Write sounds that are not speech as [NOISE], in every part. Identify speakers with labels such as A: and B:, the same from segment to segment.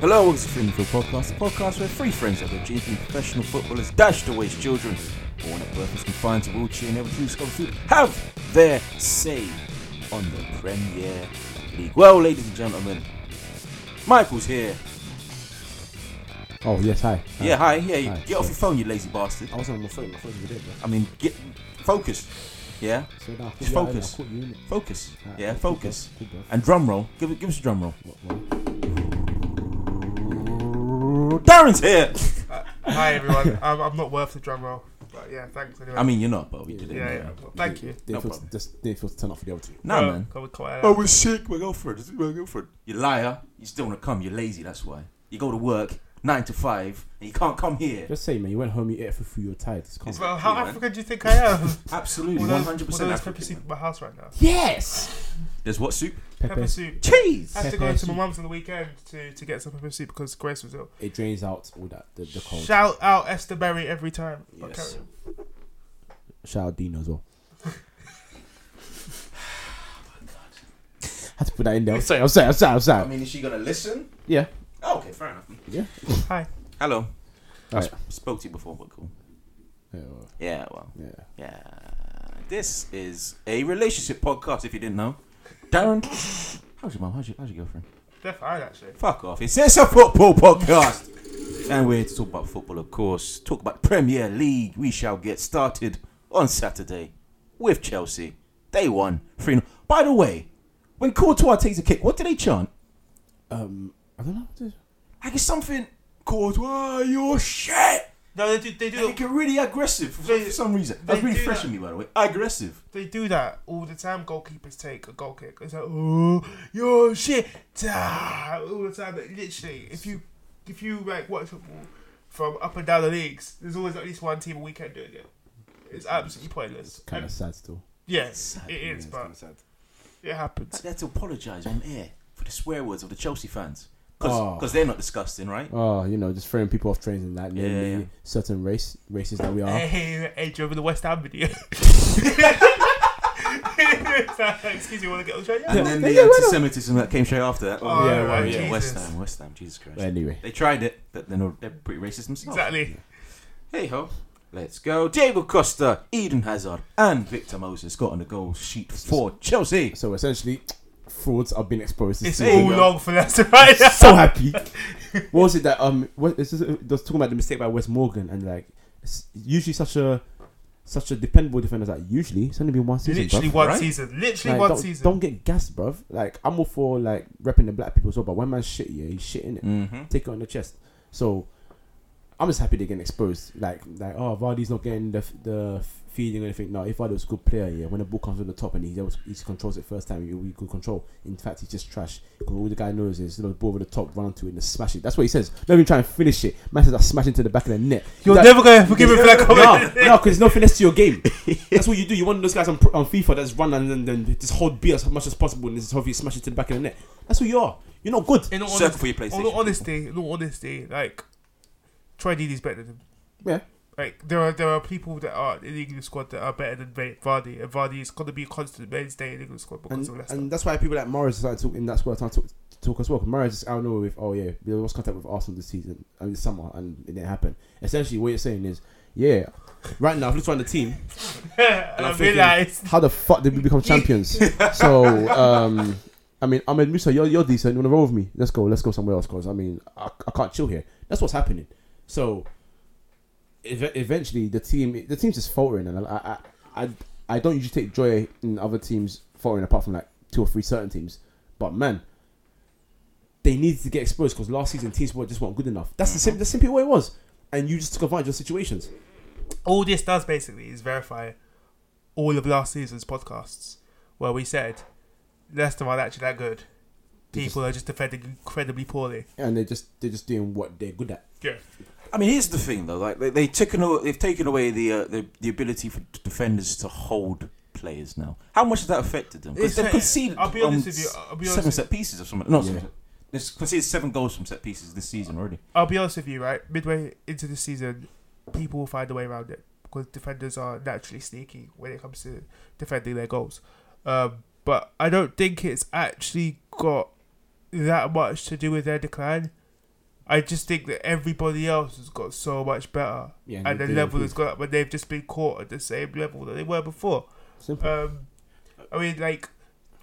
A: Hello, welcome to Freeman Field Podcast, a podcast where three friends that were GP professional footballers dashed away as children, born at birth as confined to wheelchair and able to discover food, have their say on the Premier League. Well, ladies and gentlemen, Michael's here.
B: Oh yes, hi. hi.
A: Yeah, hi, yeah,
B: Hi,
A: get off
B: sorry.
A: your phone, you lazy bastard.
B: I wasn't on my phone. My phone's dead.
A: I mean, get focus, yeah,
B: So now,
A: Just
B: yeah, I-
A: focus.
B: I caught you in it.
A: focus,
B: Alright,
A: yeah,
B: cool,
A: focus.
B: Cool, bro.
A: And drum roll, give it, give us a drum roll.
B: What-
A: Darren's here.
C: Uh,
A: [LAUGHS]
C: Hi everyone. I'm, I'm not worth the drum roll, but yeah, thanks anyway.
A: I mean, you're not, but we did it.
C: yeah, yeah. Well, thank you.
B: Dave
A: No
B: feels-
A: problem.
B: just Dave feels to turn off for the other two.
A: Nah,
C: Well,
A: man. Oh,
C: can we quiet
A: I
C: down?
A: was sick, my girlfriend. This is my girlfriend. You liar. You still wanna come, you're lazy, that's why. You go to work, nine to five, and you can't come here.
B: Just say, man, you went home, you ate for food, you were tired. It's calm.
C: Well, how
A: Yeah, man.
C: African do you think I
A: [LAUGHS]
C: am?
A: Absolutely,
C: All
A: one
C: those-
A: hundred
C: all
A: percent
C: those pepper
A: African.
C: soup
A: man.
C: at my house right now.
B: Yes.
A: There's what soup?
C: Pepper
B: Pepper.
C: soup.
A: Cheese.
C: I had
B: Pepper
C: to go to my
B: soup.
C: mum's on the weekend to, to get some pepper soup because Grace was ill.
B: It drains out all that the, the cold.
C: Shout out Esther Berry every time. But
B: Yes.
C: carry on.
B: Shout out Dino as well. [SIGHS] Had to put that in there. I'm sorry. I'm sorry. I'm sorry. I'm
A: I
B: sorry.
A: mean, is she gonna listen?
B: Yeah.
A: Oh, okay, fair enough.
B: Yeah.
C: Hi.
A: Hello. I
B: Alright.
A: sp- spoke to you before, but cool.
B: Yeah. well,
A: Yeah, well,
B: yeah.
A: yeah. This is a relationship podcast. If you didn't know, Darren, [LAUGHS] how's your mum? How's your, how's your girlfriend?
C: They're fine actually.
A: Fuck off. It's, it's a football podcast. And we're here to talk about football, of course. Talk about Premier League. We shall get started on Saturday with Chelsea. Day one, 3 By the way, when Courtois takes a kick, what do they chant?
B: Um. I don't know. Just-
A: Like it's something, Courtois, your shit!
C: No, they do. They
A: They
C: do.
A: get really aggressive for,
C: They-
A: for some reason. That's
C: they
A: really
C: do
A: fresh
C: that.
A: in me, by the way. Aggressive.
C: They do that all the time. Goalkeepers take a goal kick. It's like, oh, your shit, ah, all the time. Like, literally, if you if you like watch football from up and down the leagues, there's always at least one team a weekend doing it. It's absolutely pointless.
B: It's kind of
C: And
B: sad still.
C: yes, it is,
B: Yeah, it's kinda
C: but
B: sad.
C: it happens.
A: They had to apologise on air for the swear words of the Chelsea fans. Because
B: Oh.
A: they're not disgusting, right?
B: Oh, you know, just throwing people off trains and that.
A: Yeah,
B: Namely,
A: yeah.
B: certain race races that we are.
C: Hey, hey, do you remember the West Ham
B: [LAUGHS]
C: video? [LAUGHS] Excuse me, want to get on the train? Yeah.
A: And
B: Yeah.
A: then
B: Yeah,
A: the
B: yeah, why not?
A: anti-Semitism that came straight after that.
C: Oh,
B: Yeah, right,
A: yeah.
C: Jesus.
A: West Ham, West Ham, Jesus Christ.
B: Anyway.
A: They tried it, but they're, not, they're pretty racist themselves.
C: Exactly.
A: Hey ho, let's go. Diego Costa, Eden Hazard, and Victor Moses got on the goal sheet for Chelsea.
B: So essentially, frauds are being exposed. This
C: It's
B: season.
C: all long for us [LAUGHS] right now.
B: so
C: [LAUGHS]
B: happy. what was it that um? What, is this, they was talking about the mistake by Wes Morgan and like, it's usually such a such a dependable defender. Like usually, it's only been one season.
C: Literally
B: bruv.
C: one
A: Right?
C: season. Literally
B: Like,
C: one
B: don't,
C: season.
B: don't get gassed, bruv. Like I'm all for like repping the black people as well, but when man's shit, yeah, he's shitting it.
A: Mm-hmm.
B: Take it on the chest. So. I'm just happy they're getting exposed. Like, like, oh, Vardy's not getting the the feeling or anything. No, if Vardy was a good player, yeah, when the ball comes on the top and he's able to, he controls it first time, he will be good control. In fact, he's just trash. 'Cause all the guy knows is the ball over the top, run to it and smash it. That's what he says. Don't even try and finish it. Man says I smash into the back of the net.
C: You're
B: That-
C: never going to forgive me for
B: [LAUGHS]
C: that
B: no,
C: comment.
B: no, because there's no finesse to your
C: [LAUGHS]
B: game. That's what you do. You want those guys on, on FIFA that's run and then, then just hold beer as much as possible and just hopefully smash it to the back of the net. That's who you are. You're not good.
C: in all,
A: Circle
C: honest,
A: for your PlayStation.
C: in all honesty, in all honesty, like Troy Deeney's better than him.
B: Yeah.
C: Like there are there are people that are in the English squad that are better than Va- Vardy, and Vardy is gonna be a constant mainstay in the English squad because
B: and,
C: of Leicester. [LAUGHS]
B: and that's why people like Morris started talking in that squad started talk, talk as well. 'Cause Morris is out of nowhere with oh yeah, we lost contact with Arsenal this season, I mean summer, and it didn't happen. Essentially, what you're saying is, yeah, right now, if you look around the team,
C: and
B: I'm
C: I
B: thinking-
C: realised
B: how the fuck did we
C: [LAUGHS]
B: become champions? so, um, I mean, Ahmed Musa, you're, you're decent. You want to roll with me? Let's go. Let's go somewhere else, cause I mean, I, I can't chill here. That's what's happening. So, ev- eventually, the team, the team's just faltering, and I, I, I, I don't usually take joy in other teams faltering, apart from like two or three certain teams. But man, they needed to get exposed because last season teams were just weren't good enough. That's the
C: Mm-hmm.
B: sim- the simple way it was, and you just took advantage of situations.
C: all this does basically is verify all of last season's podcasts where we said Leicester aren't actually that good.
B: They
C: People are just defending incredibly poorly.
B: And they're just they're just doing what they're good at.
C: Yeah.
A: I mean, here's the thing though. Like they, they taken, aw- they've taken away the, uh, the the ability for defenders to hold players now. How much has that affected them? Because
C: It's-
A: they've conceded.
C: I'll be honest
A: um,
C: with you. I'll be honest
A: Seven
C: with you.
A: set pieces or something. Not
B: Yeah.
A: seven. They've conceded seven goals from set pieces this season already.
C: I'll be honest with you, right? Midway into the season, people will find a way around it because defenders are naturally sneaky when it comes to defending their goals. Um, but I don't think it's actually got that much to do with their decline. I just think that everybody else has got so much better,
B: Yeah,
C: and the
B: they-
C: level has gone up, but they've just been caught at the same level that they were before.
B: Simple.
C: Um, I mean, like,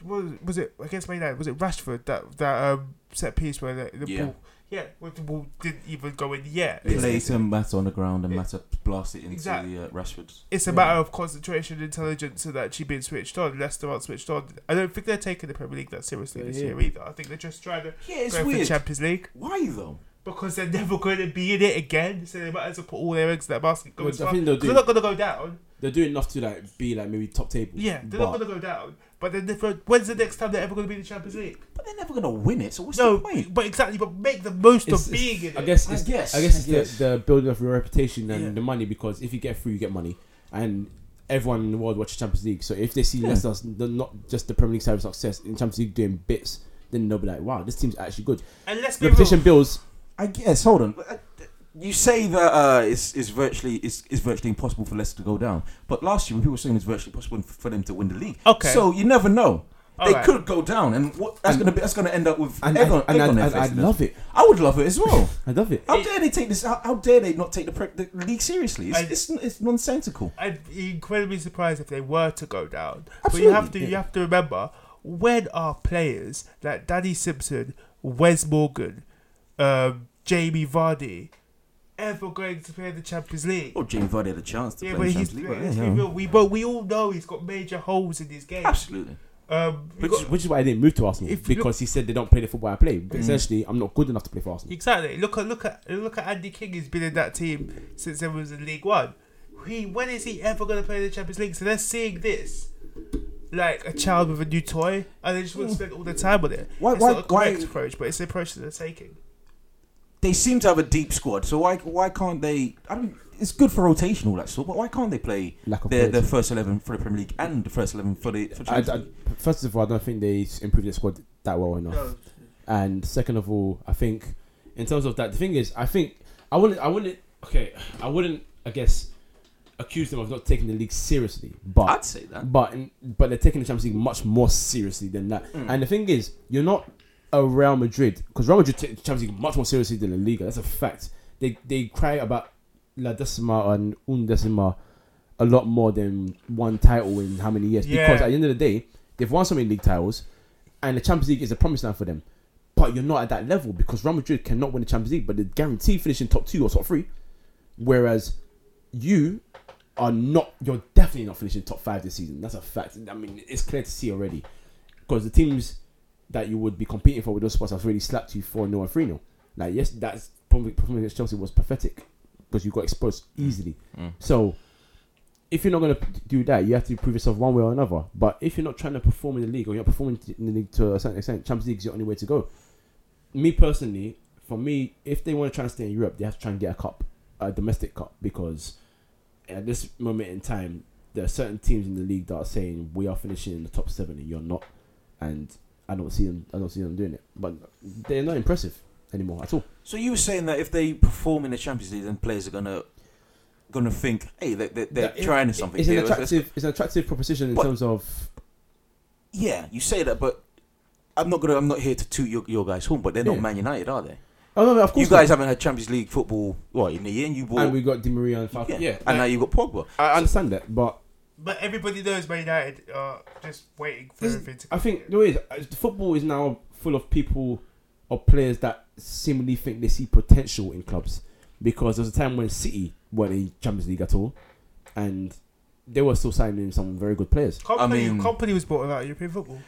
C: was, was it against Man United? Was it Rashford that that um, set piece where the, the
A: Yeah.
C: ball, yeah, where the ball didn't even go in yet? It's,
A: Play
C: it's,
A: to um, Matt on the ground and Matt blast it into
C: Exact-
A: the uh, Rashford's.
C: it's a matter of concentration, and intelligence, and actually being switched on. Leicester aren't switched on. I don't think they're taking the Premier League that seriously
B: Yeah,
C: this
B: yeah.
C: year either. I think they're just trying to
A: Yeah, it's
C: go for the
A: weird.
C: Champions League
A: Why though?
C: because they're never going to be in it again. So they might as well put all their eggs in that basket. Go
B: Well,
C: as
B: I
C: far-
B: think they'll
C: 'cause
B: do-
C: they're not going to go down.
B: They're doing enough to like be like maybe top table.
C: Yeah, they're
B: but-
C: not going to go down. But they're never, when's the next time they're ever going to be in the Champions League?
A: But they're never gonna win it. So what's
C: No,
A: the point?
C: but exactly. But make the most
B: It's-
C: of
B: it's-
C: being in
B: I
C: it.
B: guess
A: I
B: it's, I
A: guess,
B: guess, it's
A: I guess.
B: The, the building of your reputation and
A: Yeah.
B: the money because if you get through, you get money, and everyone in the world watches Champions League. So if they see Leicester s- the- not just the Premier League side of success in Champions League doing bits, then they'll be like, wow, this team's actually good.
C: and let's be
B: Reputation
C: real.
B: builds.
A: I guess. Hold on. uh, You say that uh, it's, it's virtually it's, it's virtually impossible for Leicester to go down, but last year people were saying it's virtually possible for them to win the league.
C: Okay.
A: So you never know. they
C: Alright.
A: could go down, and what, that's gonna be that's gonna end up with
B: And,
A: egg on,
B: I, and
A: egg on
B: I,
A: their
B: I, I,
A: faces.
B: love it.
A: I would love it as well.
B: I love it.
A: How
C: It-
A: dare they take this? How, how dare they not take the, pre- the league seriously? It's,
C: I-
A: it's, it's nonsensical.
C: I'd be incredibly surprised if they were to go down. But
A: Absolutely,
C: you have to you
A: yeah.
C: have to remember when are players like Danny Simpson, Wes Morgan, um, Jamie Vardy ever going to play in the Champions League?
A: Well, Jamie Vardy had a chance to
C: yeah,
A: play
C: but
A: in
C: he's
A: Oh, Champions League.
C: let's
A: but,
C: be
A: yeah,
C: real, we but we all know he's got major holes in his game.
A: Absolutely.
C: Um, we've
B: Which,
C: got-
B: which is why I didn't move to Arsenal
C: If you Mm.
B: because he said they don't play the football I play. But essentially, I'm not good enough to play for Arsenal.
C: Exactly. Look at look at look at Andy King. He's been in that team since he was in League One. He when is he ever going to play in the Champions League? So they're seeing this like a child with a new toy, and they just want to spend all their time on it.
A: Why-
C: it's
A: why-
C: not a correct
A: why-
C: approach, but it's the approach that they're taking.
A: They seem to have a deep squad, so why why can't they? I don't. It's good for rotation, all that sort. But why can't they play
B: Lack of
A: their, their
B: quality.
A: first eleven for the Premier League and the first eleven for the for
B: I,
A: Champions
B: I,
A: League?
B: first of all, I don't think they s- improved their squad that well enough.
C: No,
B: And second of all, I think in terms of that, the thing is, I think I wouldn't, I wouldn't, okay, I wouldn't, I guess, accuse them of not taking the league seriously, but
A: I'd say that.
B: but in, but they're taking the Champions League much more seriously than that.
A: Hmm.
B: And the thing is, you're not a Real Madrid because Real Madrid take the Champions League much more seriously than La Liga. That's a fact. They they cry about La Decima and Un Decima a lot more than one title in how many years?
C: Yeah.
B: Because at the end of the day, they've won so many league titles, and the Champions League is a promise land for them. But you're not at that level because Real Madrid cannot win the Champions League, but they guarantee finishing top two or top three. Whereas you are not, you're definitely not finishing top five this season. That's a fact. I mean, it's clear to see already because the teams that you would be competing for with those spots have really slapped you 4 0 and 3 0. Like, yes, that's performance against Chelsea was pathetic because you got exposed easily. So, if you're not going to do that, you have to prove yourself one way or another. But if you're not trying to perform in the league or you're not performing in the league to a certain extent, Champions League is your only way to go. Me personally, for me, if they want to try and stay in Europe, they have to try and get a cup, a domestic cup, because at this moment in time, there are certain teams in the league that are saying we are finishing in the top seven and you're not, and I don't see them. I don't see them doing it, but they're not impressive anymore at all.
A: So you were saying that if they perform in the Champions League, then players are gonna gonna think, hey, they, they, they're
B: That- it-
A: trying something.
B: It's an
A: here. Let's-
B: attractive. It's an attractive proposition in
A: But-
B: terms of
A: Yeah, you say that, but I'm not gonna. I'm not here to toot your, your guys' home, but they're not
B: Yeah.
A: Man United, are they?
B: Oh no, no, of
A: You
B: course.
A: guys haven't had Champions League football what in a year, and you
B: not.
A: bought.
B: and we got Di Maria and
A: yeah,
B: Falcao.
A: and now you got Pogba.
B: I understand that, but
C: but everybody knows Man United are just waiting for
B: this-
C: everything to.
B: I
C: come
B: think
C: together.
B: there is uh, football is now full of people or players that seemingly think they see potential in clubs because there was a time when City weren't in Champions League at all, and they were still signing some very good players.
C: company
A: I mean-
C: company was bought about European football.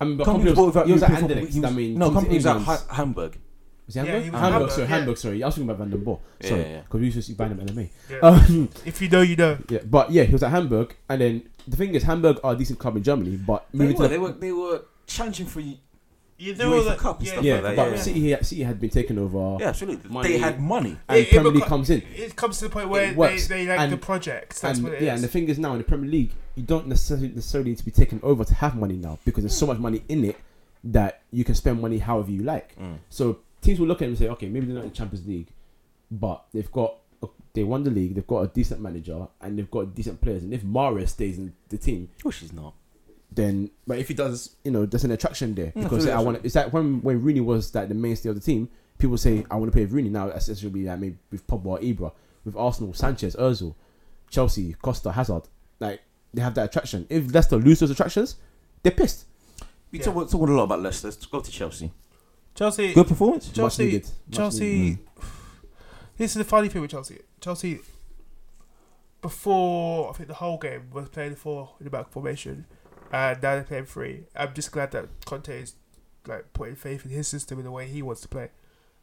B: I mean, but
A: Company
B: Company was,
A: bought
B: he was at
A: European football-
B: Anderlecht.
A: he was-
B: I mean,
A: no,
B: he was
A: company was at
B: England's-
A: ha- Hamburg.
B: Was he
C: Yeah,
B: Hamburg?
C: he was
B: Hamburg,
C: Hamburg,
B: sorry,
C: yeah.
B: Hamburg, sorry. I was thinking about Van den Boer.
A: Yeah,
B: Sorry,
A: yeah, yeah.
B: because we used to buy them LMA.
C: Yeah.
B: Um, [LAUGHS]
C: if you know, you know.
B: yeah, but yeah, he was at Hamburg, and then the thing is, Hamburg are a decent club in Germany, but
A: They
B: moving to
A: were,
B: the-
A: they were they were challenging for. Yeah,
C: You
A: UEFA
C: know all that.
A: Cup and
C: yeah,
A: stuff
B: yeah,
A: like that,
B: but
A: yeah, yeah.
B: City, City had been taken over,
A: absolutely.
B: Oh. Money.
A: They had money.
B: and
C: It- it
B: Premier League
C: beco-
B: comes in.
C: It comes to the point where they,
B: works,
C: they like
B: and-
C: the projects. That's
B: and
C: what it is.
B: yeah, and the thing is now in the Premier League, you don't necessarily necessarily need to be taken over to have money now because there's so much money in it that you can spend money however you like. So teams will look at it and say, okay, maybe they're not in Champions League, but they've got they won the league, they've got a decent manager, and they've got decent players. And if Mara stays in the team,
A: Oh, she's not.
B: then but if he does, you know, there's an attraction there
A: Mm,
B: because
A: absolutely.
B: I want. It's like when when Rooney was like the mainstay of the team. people say I want to play with Rooney now. That's that's gonna be like maybe with Pogba or Ibra, with Arsenal, Sanchez, Özil, Chelsea, Costa, Hazard. Like they have that attraction. If Leicester lose those attractions, they're pissed.
A: We
C: Yeah.
A: talk, talk a lot about Leicester. Let's go to Chelsea.
C: Chelsea.
A: Good performance.
B: Much
C: Chelsea.
B: needed. Much
C: Chelsea.
B: needed.
C: This is the funny thing with Chelsea. Chelsea, before I think the whole game was playing four in the back formation, and now they're playing three. I'm just glad that Conte is like putting faith in his system and the way he wants to play.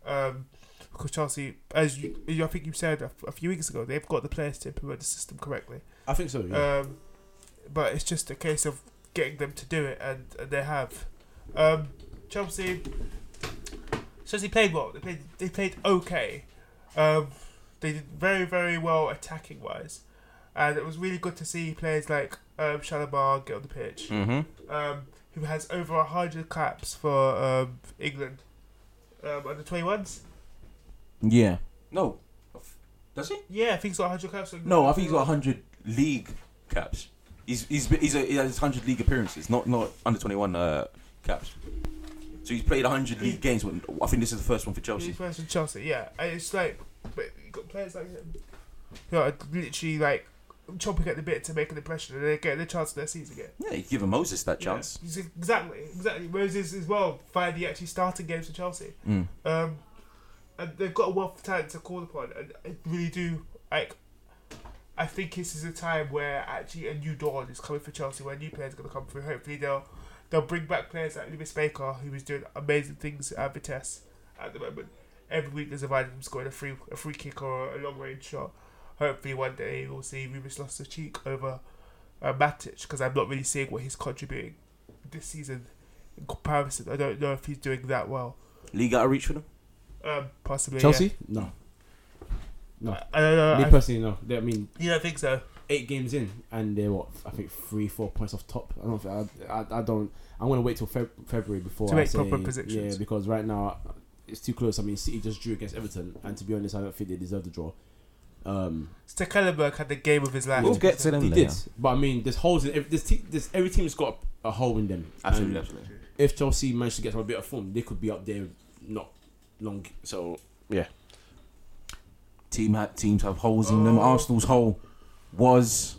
C: Um, because Chelsea, as you, you- I think you said a, a few weeks ago, they've got the players to implement the system correctly.
B: I think so.
A: Uh,
B: Yeah.
C: Um, but it's just a case of getting them to do it, and, and they have. Um, Chelsea, Chelsea played well. They played. They played okay. Um, they did very very well attacking wise, and it was really good to see players like um, Shalimar get on the pitch,
A: Mm-hmm.
C: um, who has over hundred caps for um, England um, under twenty ones.
A: Yeah. No. Does he?
C: Yeah, I think he's got hundred caps. for-
A: No, I think he's got 100 league caps. He's he's he's a, he has 100 league appearances, not not under 21 uh, caps. So he's played 100 league games. When, I think this is the first one for Chelsea.
C: He's versus Chelsea, yeah. And it's like, but you got players like him who are literally like chomping at the bit to make an impression, and they get the chance in their season again.
A: Yeah, you give him Moses that chance.
C: Yeah. He's- Exactly, exactly. Moses as well finally actually starting games for Chelsea.
A: Mm.
C: Um, and they've got a wealth of talent to call upon, and I really do like. I think this is a time where actually a new dawn is coming for Chelsea, where new players are going to come through. Hopefully, they'll they'll bring back players like Lewis Baker, who is doing amazing things at Vitesse at the moment. Every week there's a vibe of him scoring a free a free kick or a long range shot. Hopefully, one day we'll see Rubens lost his cheek over uh, Matic because I'm not really seeing what he's contributing this season in comparison. I don't know if he's doing that well.
A: League out of reach for them.
C: Um, possibly.
B: Chelsea? No.
C: Yeah.
B: No.
A: Uh,
C: I, I don't know.
B: Me
C: I,
B: personally, no. They, I mean,
C: you don't think so?
B: eight games in, and they're what I think three, four points off top. I don't. Think, I, I, I don't. I'm gonna wait till Feb- February before
C: To
B: I
C: make
B: say,
C: proper predictions.
B: Yeah, because right now it's too close. I mean, City just drew against Everton, and to be honest, I don't think they deserve the draw. Um,
C: Stekelenburg had the game of his life.
A: We'll get to them
B: they
A: later.
B: did, but I mean, there's holes in every, this te- this, every team's got a, a hole in them.
A: Absolutely,
B: And
A: absolutely.
B: If Chelsea managed to get some bit of form, they could be up there not long. So yeah,
A: Team ha- teams have holes in them.
C: Oh.
A: Arsenal's hole was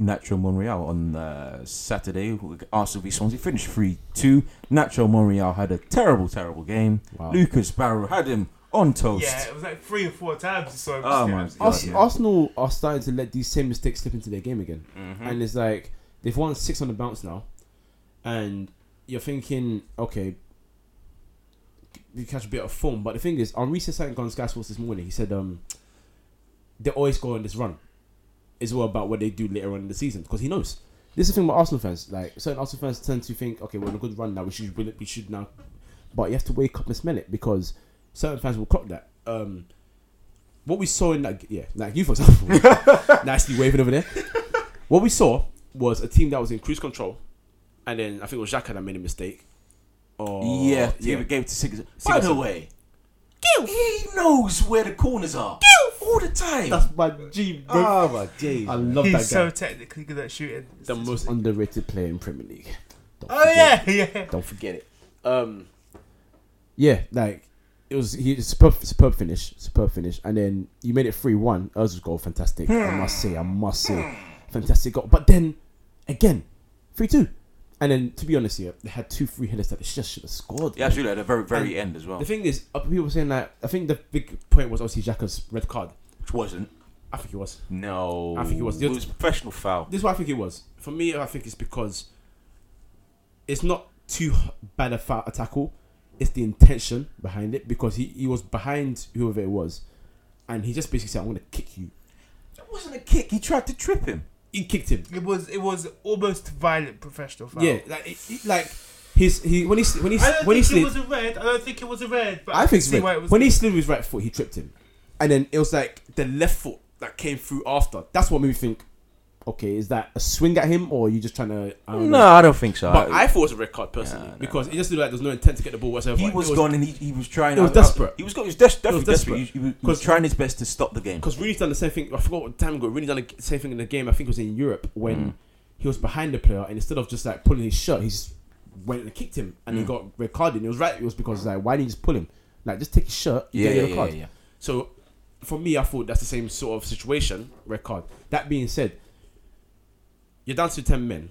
A: Nacho Monreal on uh, Saturday. Arsenal v Swansea finished three two. Nacho Monreal had a terrible, terrible game.
B: wow.
A: Lucas Barrow had him on toast.
C: Yeah, it was like three or four times. So
A: Oh, my
C: absolutely-
A: God,
B: Ars-
A: yeah.
B: Arsenal are starting to let these same mistakes slip into their game again.
A: Mhm.
B: and it's like they've won six on the bounce now, and you're thinking, okay, you catch a bit of form. But the thing is, Henri said something on Sky Sports this morning. He said, um, they always go on this run. It's all about what they do later on in the season because he knows. This is the thing with Arsenal fans. Like certain Arsenal fans tend to think, okay, we're on a good run now. We should, we should now. But you have to wake up and smell it because certain fans will clock that. Um, what we saw in that, yeah, like you for example, nicely waving over there. What we saw was a team that was in cruise control, and then I think it was Xhaka that made a mistake. Oh, Or
A: yeah, yeah. Gave, gave it to Sigurdsson. By the
B: Sigurdsson.
A: way, he knows where the corners are all the time. [LAUGHS]
B: that's my G. Bro.
A: Ah, my days.
B: I love
C: He's
B: that guy.
C: so technically good at shooting. It's
B: the
C: just-
B: most underrated player in Premier League. Don't
C: Oh
B: forget- [LAUGHS]
C: yeah, yeah.
B: don't forget it. Um, yeah, like it was he superb, superb finish, superb finish, and then you made it three one. Özil's goal, fantastic. I must say, I must say, fantastic goal. But then again, three two, and then to be honest here, they had two free headers that they just should have scored.
A: Yeah,
B: man.
A: absolutely. At the very, very end as well,
B: The thing is, uh, people were saying that. I think the big point was obviously Xhaka's red card.
A: which wasn't.
B: I think it was.
A: No,
B: I think it was the-
A: It was a professional foul.
B: This is what I think it was. For me, I think it's because it's not too h- bad a, foul, a tackle. It's the intention behind it because he, he was behind whoever it was, and he just basically said, "I'm gonna kick you."
A: It wasn't a kick. He tried to trip him.
B: He kicked him.
C: It was it was almost violent professional foul.
B: Yeah, like it, it- like his he when he s- when he s-
C: I don't
B: when he
C: think it
B: slid.
C: was a red. I don't think it was a red. But
B: I
C: can
B: think it's
C: see
B: red.
C: why it was.
B: when he slid with his right foot, he tripped him, and then it was like the left foot that came through after. That's what made me think. Okay, is that a swing at him, or are you just trying to? I don't know.
A: I don't think so.
B: But I thought it was a red card personally
A: Uh, Yeah, no.
B: because it just looked like there was no intent to get the ball whatsoever.
A: he was, gone and he, he was trying.
B: It was
A: I- I-
B: desperate.
A: He was, go- he was des- definitely desperate.
B: desperate.
A: He, he was, he was
B: 'Cause-
A: trying his best to stop the game.
B: because Rooney's done the same thing. I forgot what time ago. Rooney done the same thing in the game. I think it was in Europe when
A: Mm.
B: he was behind the player and instead of just
A: Mm.
B: like pulling his shirt, he just went and kicked him and he got red carded. And it was right. It was because like why didn't you just pull him? Like, just take his shirt, you
A: Yeah,
B: get a
A: yeah,
B: yellow
A: yeah,
B: card.
A: yeah, yeah.
B: So, for me, I thought that's the same sort of situation, red card. That being said, you're down to 10 men.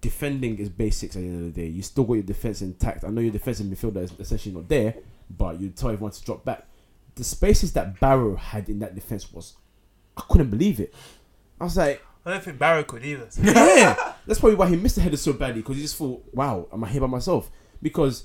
B: Defending is basics at the end of the day. You still got your defense intact. I know your defensive midfielder is essentially not there, but you tell everyone to drop back. The spaces that Barrow had in that defense was, I couldn't believe it. I was like,
C: I don't think Barrow could either. So.
B: yeah, [LAUGHS] that's probably why he missed the header so badly because he just thought, "Wow, am I here by myself?" Because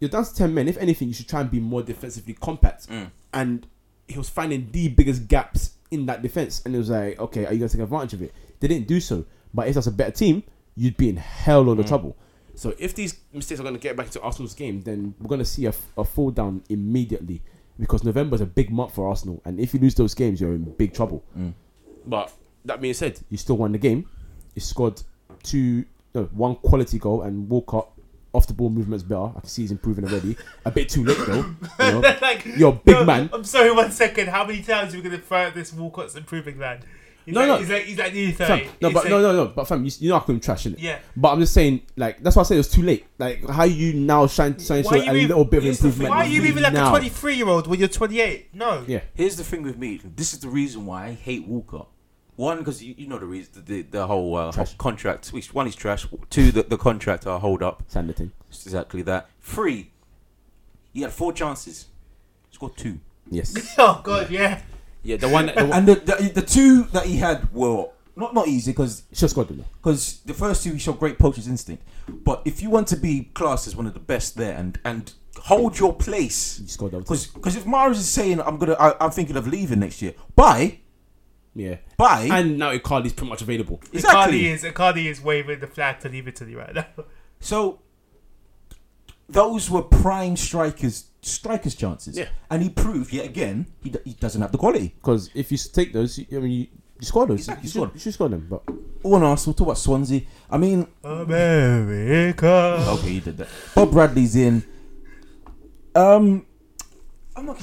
B: you're down to ten men. If anything, you should try and be more defensively compact.
A: Mm.
B: And he was finding the biggest gaps in that defense, and it was like, "Okay, are you going to take advantage of it?" They didn't do so. But if that's a better team, you'd be in hell load of trouble. So if these mistakes are going to get back into Arsenal's game, then we're going to see a, a fall down immediately because November's a big month for Arsenal, and if you lose those games, you're in big trouble. But that being said, you still won the game. You scored two, no, one quality goal and Walcott off the ball movement's better. I can see he's improving already. a bit too late though. You know?
C: [LAUGHS] like,
B: You're a big man.
C: I'm sorry, one second. How many times are we going to throw out this Walcott's improving man? He's
B: No,
C: like,
B: no.
C: He's like, he's like nearly 30.
B: Fam, no,
C: He's
B: but
C: like,
B: no, no, no. But fam, you, you know I couldn't trash it.
C: Yeah.
B: But I'm just saying, like that's why I said it was too late. Like how you now shine, shine
C: Why
B: show
C: are you
B: a
C: even-
B: little bit of
A: here's the
B: improvement.
A: thing.
C: Why are you
B: really
C: even like
B: now.
C: a 23 year old when you're 28? No.
B: Yeah.
A: Here's the thing with me. This is the reason why I hate Walker. One, because you, you know the reason the the whole, uh, whole
B: Trash.
A: contract. Which one is trash? Two, the the contract are hold up.
B: Sand the thing.
A: It's exactly that. Three, he had four chances. Scored two.
B: Yes.
C: [LAUGHS] Oh, God, yeah.
B: yeah, the one. That, [LAUGHS] the one
A: And the, the the two that he had were not not easy because
B: just got them.
A: because the first two he showed great poacher's instinct. But if you want to be classed as one of the best there and and hold your place,
B: You scored that.
A: because if Mars is saying I'm gonna I, I'm thinking of leaving next year, bye
B: Yeah.
A: bye
B: And now Icardi's pretty much available.
A: exactly.
C: Icardi is, Icardi is waving the flag to leave Italy right now. [LAUGHS]
A: So those were prime strikers strikers chances.
B: Yeah.
A: and he proved yet again he, d- he doesn't have the quality.
B: Because if you take those, you, I mean, you, you score those.
A: Exactly,
B: You,
A: score
B: should,
A: them.
B: you should score them. But
A: All on Arsenal to what Swansea. I mean,
C: America.
A: okay, you did that. Bob Bradley's in. Um, I'm not.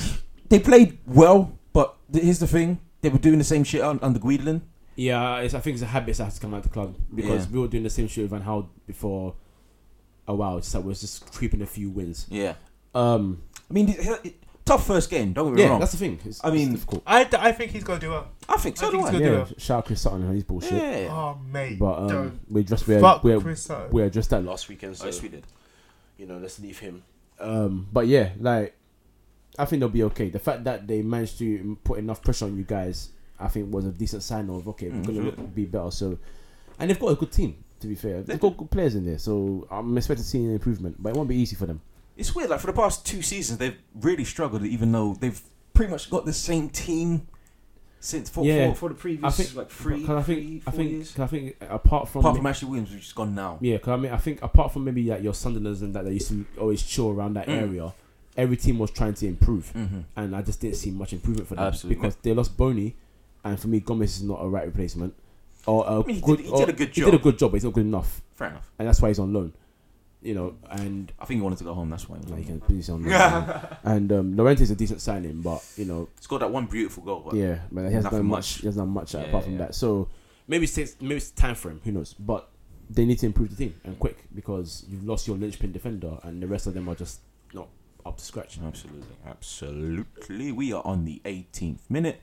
A: They played well, but th- here's the thing: they were doing the same shit un- under Guidolin.
B: Yeah, it's, I think it's a habit that has to come out of the club because
A: Yeah.
B: we were doing the same shit with Van Hal before a while. It's like we're just creeping a few wins.
A: Yeah,
B: Um,
A: I mean, th- th- tough first game. Don't get me
B: yeah,
A: wrong.
B: that's the thing. It's,
A: I mean-
B: it's difficult.
C: I, th- I think he's going to do well.
A: I think so.
C: I
A: do
C: think
A: I
C: it's
B: Yeah,
C: do
B: shout out Chris Sutton and his bullshit.
A: Yeah.
C: Oh, mate.
B: But um,
C: don't.
B: we just we're
C: Fuck
B: we're,
C: Chris Sutton.
B: we're just that last weekend. So
A: yes, we did.
B: you know, let's leave him. Um, but yeah, like I think they'll be okay. The fact that they managed to put enough pressure on you guys, I think, was a decent sign of okay,
A: Mm,
B: we're gonna
A: absolutely.
B: look, be better. So, and they've got a good team. To be fair, they've got good players in there, so I'm expecting to see an improvement. But it won't be easy for them.
A: It's weird. Like for the past two seasons, they've really struggled, even though they've pretty much got the same team since for,
B: Yeah.
A: for, for the previous like three,
B: 'cause I think,
A: three,
B: I
A: four
B: think,
A: years.
B: 'cause I think, apart from,
A: Apart from Ashley Williams, which is gone now.
B: yeah, 'cause I mean, I think apart from maybe like your Sunderland's and that they used to always chill around that
A: Mm.
B: area, every team was trying to improve,
A: Mm-hmm.
B: and I just didn't see much improvement for them
A: Absolutely.
B: because they lost Boney, and for me, Gomez is not a right replacement. Or a
A: I mean, he
B: good,
A: did- he
B: or-
A: did a good
B: He did
A: job.
B: a good job, but he's not good enough,
A: Fair enough.
B: and that's why he's on loan. You know, and
A: I think he wanted to go home. That's why. He was
B: like,
A: like,
B: he can please on loan.
A: [LAUGHS]
B: and um, Laurente's a decent signing, but you know,
A: scored that one beautiful goal. But
B: yeah, man, he hasn't
A: nothing
B: done much.
A: much.
B: He hasn't done much uh,
A: Yeah,
B: apart from
A: yeah.
B: that. So maybe it's takes, maybe it's time for him. Who knows? But they need to improve the team and quick because you've lost your linchpin defender and the rest of them are just not up to scratch.
A: Absolutely, absolutely. We are on the 18th minute.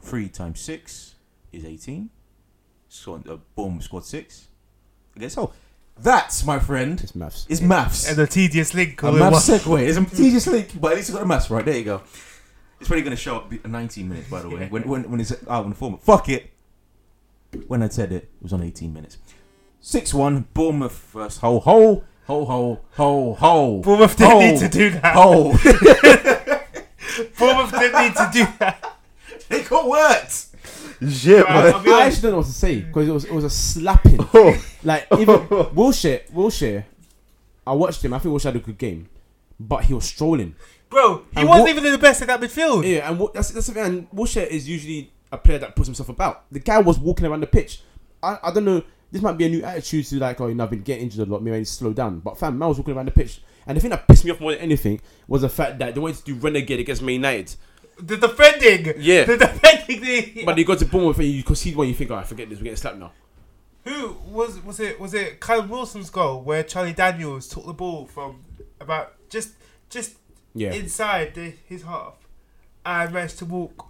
A: Three times six is 18. So, uh, boom, scored six. I guess so. That's my friend
B: It's maths.
A: is maths.
C: and the tedious link.
A: A
C: call it
A: maths
C: what?
A: segue.
C: [LAUGHS]
A: It's a tedious link, but at least you got a maths right. There you go. It's probably going to show up in 19 minutes, by the way. When when when it's out in the format. Fuck it. When I said it, it was on 18 minutes. Six one. Bournemouth first. Ho ho ho ho ho ho.
C: Bournemouth didn't
B: Oh.
A: Ho,
C: need to do that.
A: Ho. [LAUGHS]
C: Bournemouth didn't need to do that.
A: They got worked. Shit,
C: Right, I'll be
B: I Oh.
C: honest.
B: actually don't know what to say because it was it was a [LAUGHS] slapping. like even Wilshire, Wilshire, I watched him. I think Wilshire had a good game, but he was strolling.
C: Bro, he
B: And
C: wasn't
B: what-
C: even in the best at that midfield.
B: Yeah, and Wa- that's that's the thing. And Wilshere is usually a player that puts himself about. The guy was walking around the pitch. I, I don't know. This might be a new attitude to like, oh, you know, I've been getting injured a lot. Maybe I need to slow down. But fam, man was walking around the pitch. And the thing that pissed me off more than anything was the fact that they wanted to do renegade against Man United.
C: The defending.
B: Yeah.
C: The defending. thing.
B: But you go to Bournemouth and you concede one, you think, oh, I forget this, we're getting slapped now.
C: Who was was it? Was it Callum Wilson's goal where Charlie Daniels took the ball from about just just
B: Yeah.
C: inside the, his half, I managed to walk.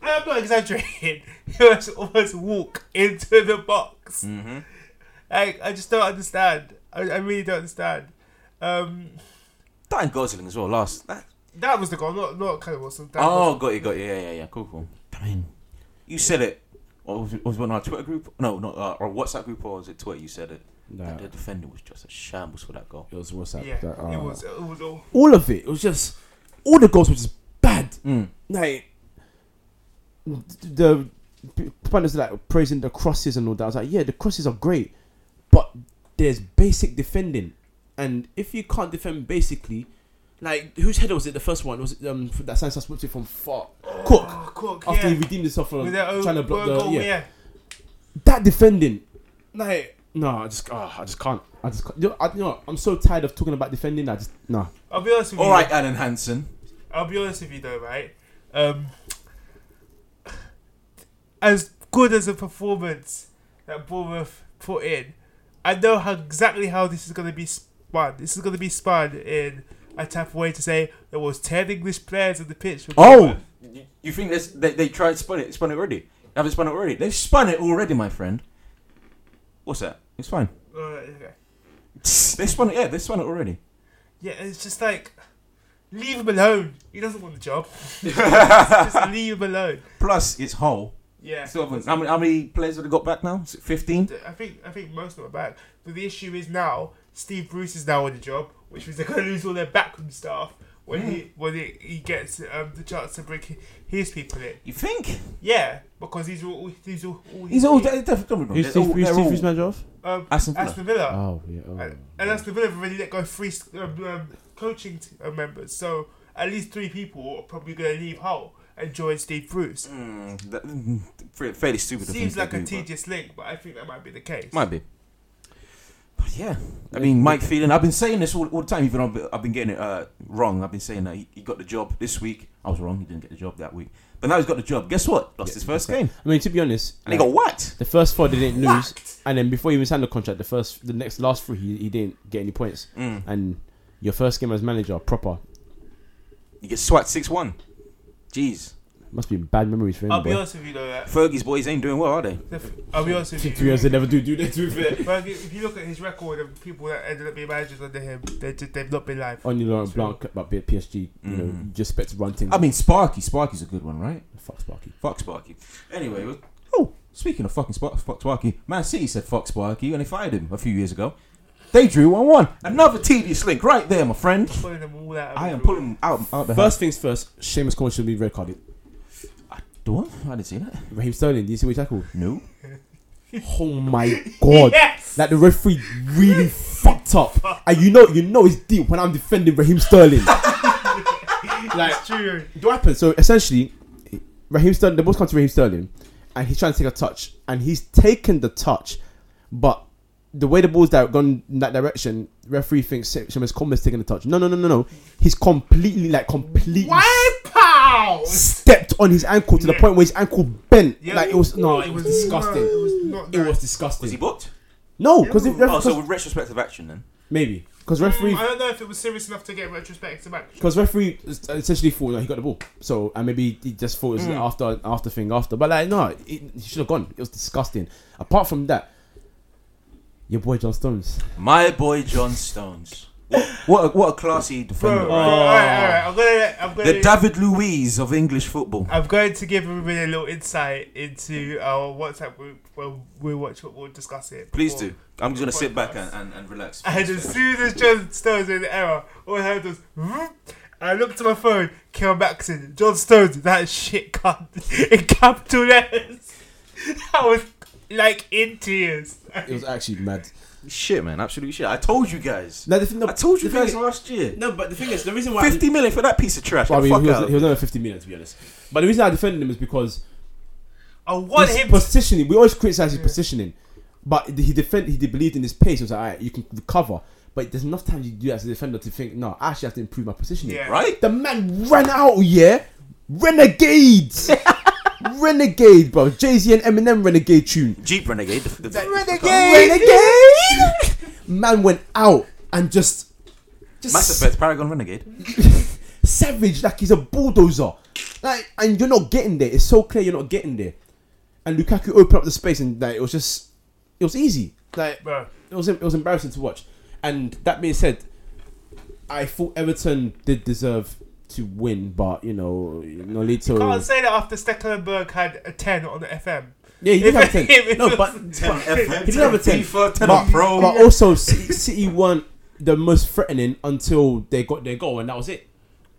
C: I'm not exaggerating. [LAUGHS] He was almost walk into the box.
A: Mm-hmm.
C: Like I just don't understand. I, I really don't understand. Um,
A: That and Gosling as well. Last. That,
C: that was the goal, not not Callum Wilson. That
A: oh, got you, got you. Yeah, yeah, yeah. Cool, cool. I mean, you said it. Or was, was it on our Twitter group? No, not uh, our WhatsApp group, or was it Twitter? You said it.
B: Nah,
A: That the defender was just a shambles for that goal.
B: it was what's that?
C: was, yeah,
B: that, uh,
C: it was it was all.
B: all of it. It was just all the goals were just bad.
A: Mm.
B: Like the pundits are, like praising the crosses and all that. I was like, yeah, the crosses are great, but there's basic defending, and if you can't defend basically, like whose header was it? The first one was it, um that Sanchez whipped it from far Cook
C: Oh, Cook,
B: after
C: yeah.
B: he redeemed himself from
C: With that own
B: trying to block the
C: goal,
B: yeah.
C: yeah.
B: that defending. Like no, I just ah, I just can't. I just can't. You know, I, you know, I'm so tired of talking about defending. I just no.
C: I'll be honest with
A: All
C: you.
A: right, Alan Hansen.
C: I'll be honest with you though, right? Um, as good as a performance that Bournemouth put in, I know how exactly how this is going to be spun. This is going to be spun in a type of way to say there was ten English players on the pitch. For Bournemouth.
A: You- you think this, they they tried spun it? Spun it already? Haven't spun it already? They've spun it already, my friend. What's that? It's fine.
C: Alright, okay.
A: [LAUGHS] They spun it. Yeah, they spun it already.
C: Yeah, it's just like leave him alone. He doesn't want the job. [LAUGHS] just, just leave him alone.
A: Plus, it's whole.
C: Yeah.
A: So, how many, how many players have they got back now? Is it 15?
C: I think I think most of them are back. But the issue is now Steve Bruce is now on the job, which means they're going to lose all their backroom staff when he when he, he gets um, the chance to bring hi- his people in.
A: You think?
C: Yeah, because he's all he's all, all
A: He's all. They're, they're,
B: Who's
A: they're
B: Steve,
A: all,
B: who's
A: they're
B: Steve
A: all
B: Bruce manager of?
C: um,
A: Aston Villa.
C: Aston Villa,
B: Oh yeah. Oh.
C: and, and Aston Villa have already let go three um, um, coaching t- uh, members, so at least three people are probably going to leave Hull and join Steve Bruce.
A: Mm, that- mm, fa- fairly stupid. to think
C: Seems
A: they
C: like a
A: do, but-
C: tedious link, but I think that might be the case.
A: Might be. But yeah, I mean, Mike Phelan. I've been saying this all, all the time, even though I've been getting it uh, wrong. I've been saying that he, he got the job this week. I was wrong. He didn't get the job that week. But now he's got the job. Guess what? Lost
B: Yeah,
A: his first game,
B: I mean, to be honest,
A: and he
B: like,
A: got whacked.
B: the first four they didn't lose,
C: Whacked.
B: and then before he even signed the contract, the first, the next last three, he, he didn't get any points.
A: Mm.
B: And your first game as manager, proper,
A: He gets swat six one. Jeez,
B: must be bad memories for him.
C: I'll be
B: boy.
C: honest with you though. That
A: Fergie's boys ain't doing well, are they?
C: the f- I'll be honest with you.
B: To be honest, they never do do that. To be [LAUGHS] fair,
C: But if you look at his record of people that ended up being managers under him, they just, they've not been live.
B: only Laurent Blanc about being PSG. You know,
A: Mm.
B: you just expect to run things.
A: I mean, Sparky. Sparky's a good one, right?
B: fuck Sparky.
A: Fuck Sparky. Anyway, well- oh, speaking of fucking Spark, fuck Sparky, Man City said fuck Sparky and they fired him a few years ago. They drew one one.
B: Uh-huh.
A: Another tedious link right there, my friend.
C: Pulling them all out. of
A: I
C: the
A: am
C: group.
A: pulling out out the
B: First things first, Seamus Coleman should be red carded.
A: The what? I didn't see that.
B: Raheem Sterling, did you see what he [LAUGHS] tackled?
A: No.
B: Oh my god! [LAUGHS]
C: [LAUGHS] Yes!
B: Like the referee really fucked up, and you know, you know it's deep when I'm defending Raheem Sterling. like
C: It's true.
B: what happened? So essentially, Raheem Sterling, the ball's come to Raheem Sterling, and he's trying to take a touch, and he's taken the touch, but the way the ball's that gone in that direction, referee thinks Se- Seamus Coleman's taking the touch. No, no, no, no, no. He's completely, like, completely [LAUGHS]
C: pow?
B: stepped on his ankle to the
C: Yeah.
B: point where his ankle bent.
C: Yeah, Oh,
B: like it was no, it was
C: It
B: disgusting.
C: was not
B: It
C: nice.
B: was disgusting.
A: Was he booked?
B: no, because
A: Oh, so with retrospective action then.
B: maybe because referee
C: I don't know if it was serious enough to get retrospective action.
B: Because referee essentially thought no, he got the ball, so and maybe he just thought it was an after after thing after. But like no, it, he should have gone. It was disgusting. Apart from that, your boy John Stones.
A: My boy John Stones. What what a, what a classy defender.
C: Bro, bro,
A: right?
C: alright, alright. I'm gonna, I'm gonna,
A: The David Luiz of English football.
C: I'm going to give everybody a little insight into our WhatsApp group where we watch what we'll discuss it.
A: Please
C: before.
A: do. I'm just gonna sit back and, and, and relax.
C: And as soon as John Stones in the error, all I heard was. "Vroom." I looked at my phone, Kevin Maxon, John Stones, that shit cunt [LAUGHS] in capital letters. [LAUGHS] I was like in tears.
B: It was actually mad.
A: Shit, man, absolute shit. I told you guys.
B: No, the thing, no,
A: I told you
B: the thing
A: guys
B: is-
A: last year.
B: no, but the thing is, the reason why
A: Fifty million for that piece of trash.
B: Well, I
A: Get
B: mean,
A: the
B: he
A: fuck
B: was,
A: out.
B: he was never 50 million to be honest. But the reason I defended him is because
C: I want
B: his
C: him. to
B: positioning. We always criticize his positioning, but he defend he believed in his pace. He was like, all right, you can recover. But there's enough time you do as a defender to think, no, I actually have to improve my positioning.
C: Yeah.
A: Right?
B: The man ran out, yeah? Renegades! Renegade, bro. Jay Z and Eminem Renegade tune.
A: Jeep Renegade. The, the, the-
B: Renegade! man went out and just. just
A: Mass Effect Paragon Renegade.
B: savage, like he's a bulldozer. Like, and you're not getting there. It's so clear you're not getting there. And Lukaku opened up the space, and like, it was just, it was easy. Like,
C: [LAUGHS] Bro.
B: it was it was embarrassing to watch. And that being said, I thought Everton did deserve to win, but you know, Nolito.
C: Can't say that after Stecklenburg had a 10 on the FM.
B: yeah, he did have a
C: If- if
B: ten.
C: [LAUGHS] it
B: No,
C: was-
B: but, but
A: FM,
B: He did have a 10.
A: FIFA, 10
B: but,
A: Pro.
B: but also City, City weren't the most threatening until they got their goal, and that was it.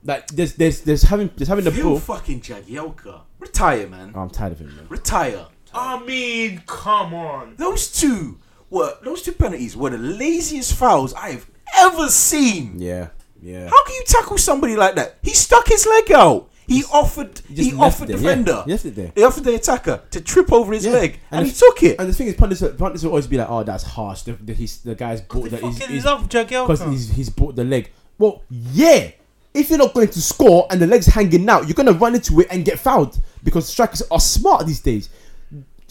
B: Like there's there's there's having there's having the
A: Phil
B: ball.
A: fucking Jagielka. Retire, man.
B: Oh, I'm tired of him, man.
A: Retire.
C: I mean, come on.
A: Those two were those two penalties were the laziest fouls I have ever seen.
B: Yeah, yeah.
A: How can you tackle somebody like that? He stuck his leg out. He offered
B: just
A: he
B: left
A: offered
B: it,
A: the
B: yeah.
A: defender.
B: He left it there.
A: He offered the attacker to trip over his
B: Yeah.
A: leg and,
B: And
A: he
B: if-
A: took it.
B: And the thing is, pundits, pundits will always be like, "Oh, that's harsh." The, the, he's, the guy's bought
C: They
B: that. He's,
C: fucking
B: he's,
C: love
B: because
C: Jagielka.
B: he's he's bought the leg. Well, yeah. If you're not going to score and the leg's hanging out, you're going to run into it and get fouled because strikers are smart these days.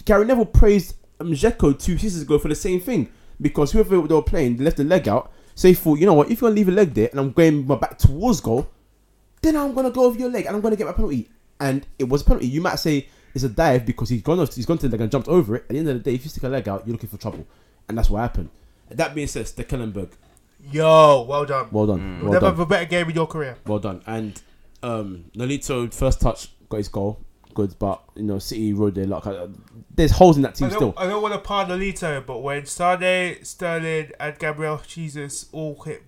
B: Gary Neville praised Mjeko two seasons ago for the same thing because whoever they were playing they left the leg out. So he thought, you know what, if you're going to leave a leg there and I'm going my back towards goal, then I'm going to go over your leg and I'm going to get my penalty. And it was a penalty. You might say it's a dive because he's gone, off, he's gone to the leg and jumped over it. At the end of the day, if you stick a leg out, you're looking for trouble. And that's what happened. That being said, Stekelenburg,
C: Yo, well done.
B: well done. Well
C: Never
B: done.
C: have a better game in your career.
B: Well done. And um, Nolito, first touch, got his goal. Good, but you know, City rode their luck. Uh, There's holes in that
C: I
B: team
C: don't,
B: still.
C: I don't want to pardon Lito, but when Sane, Sterling, and Gabriel Jesus all hit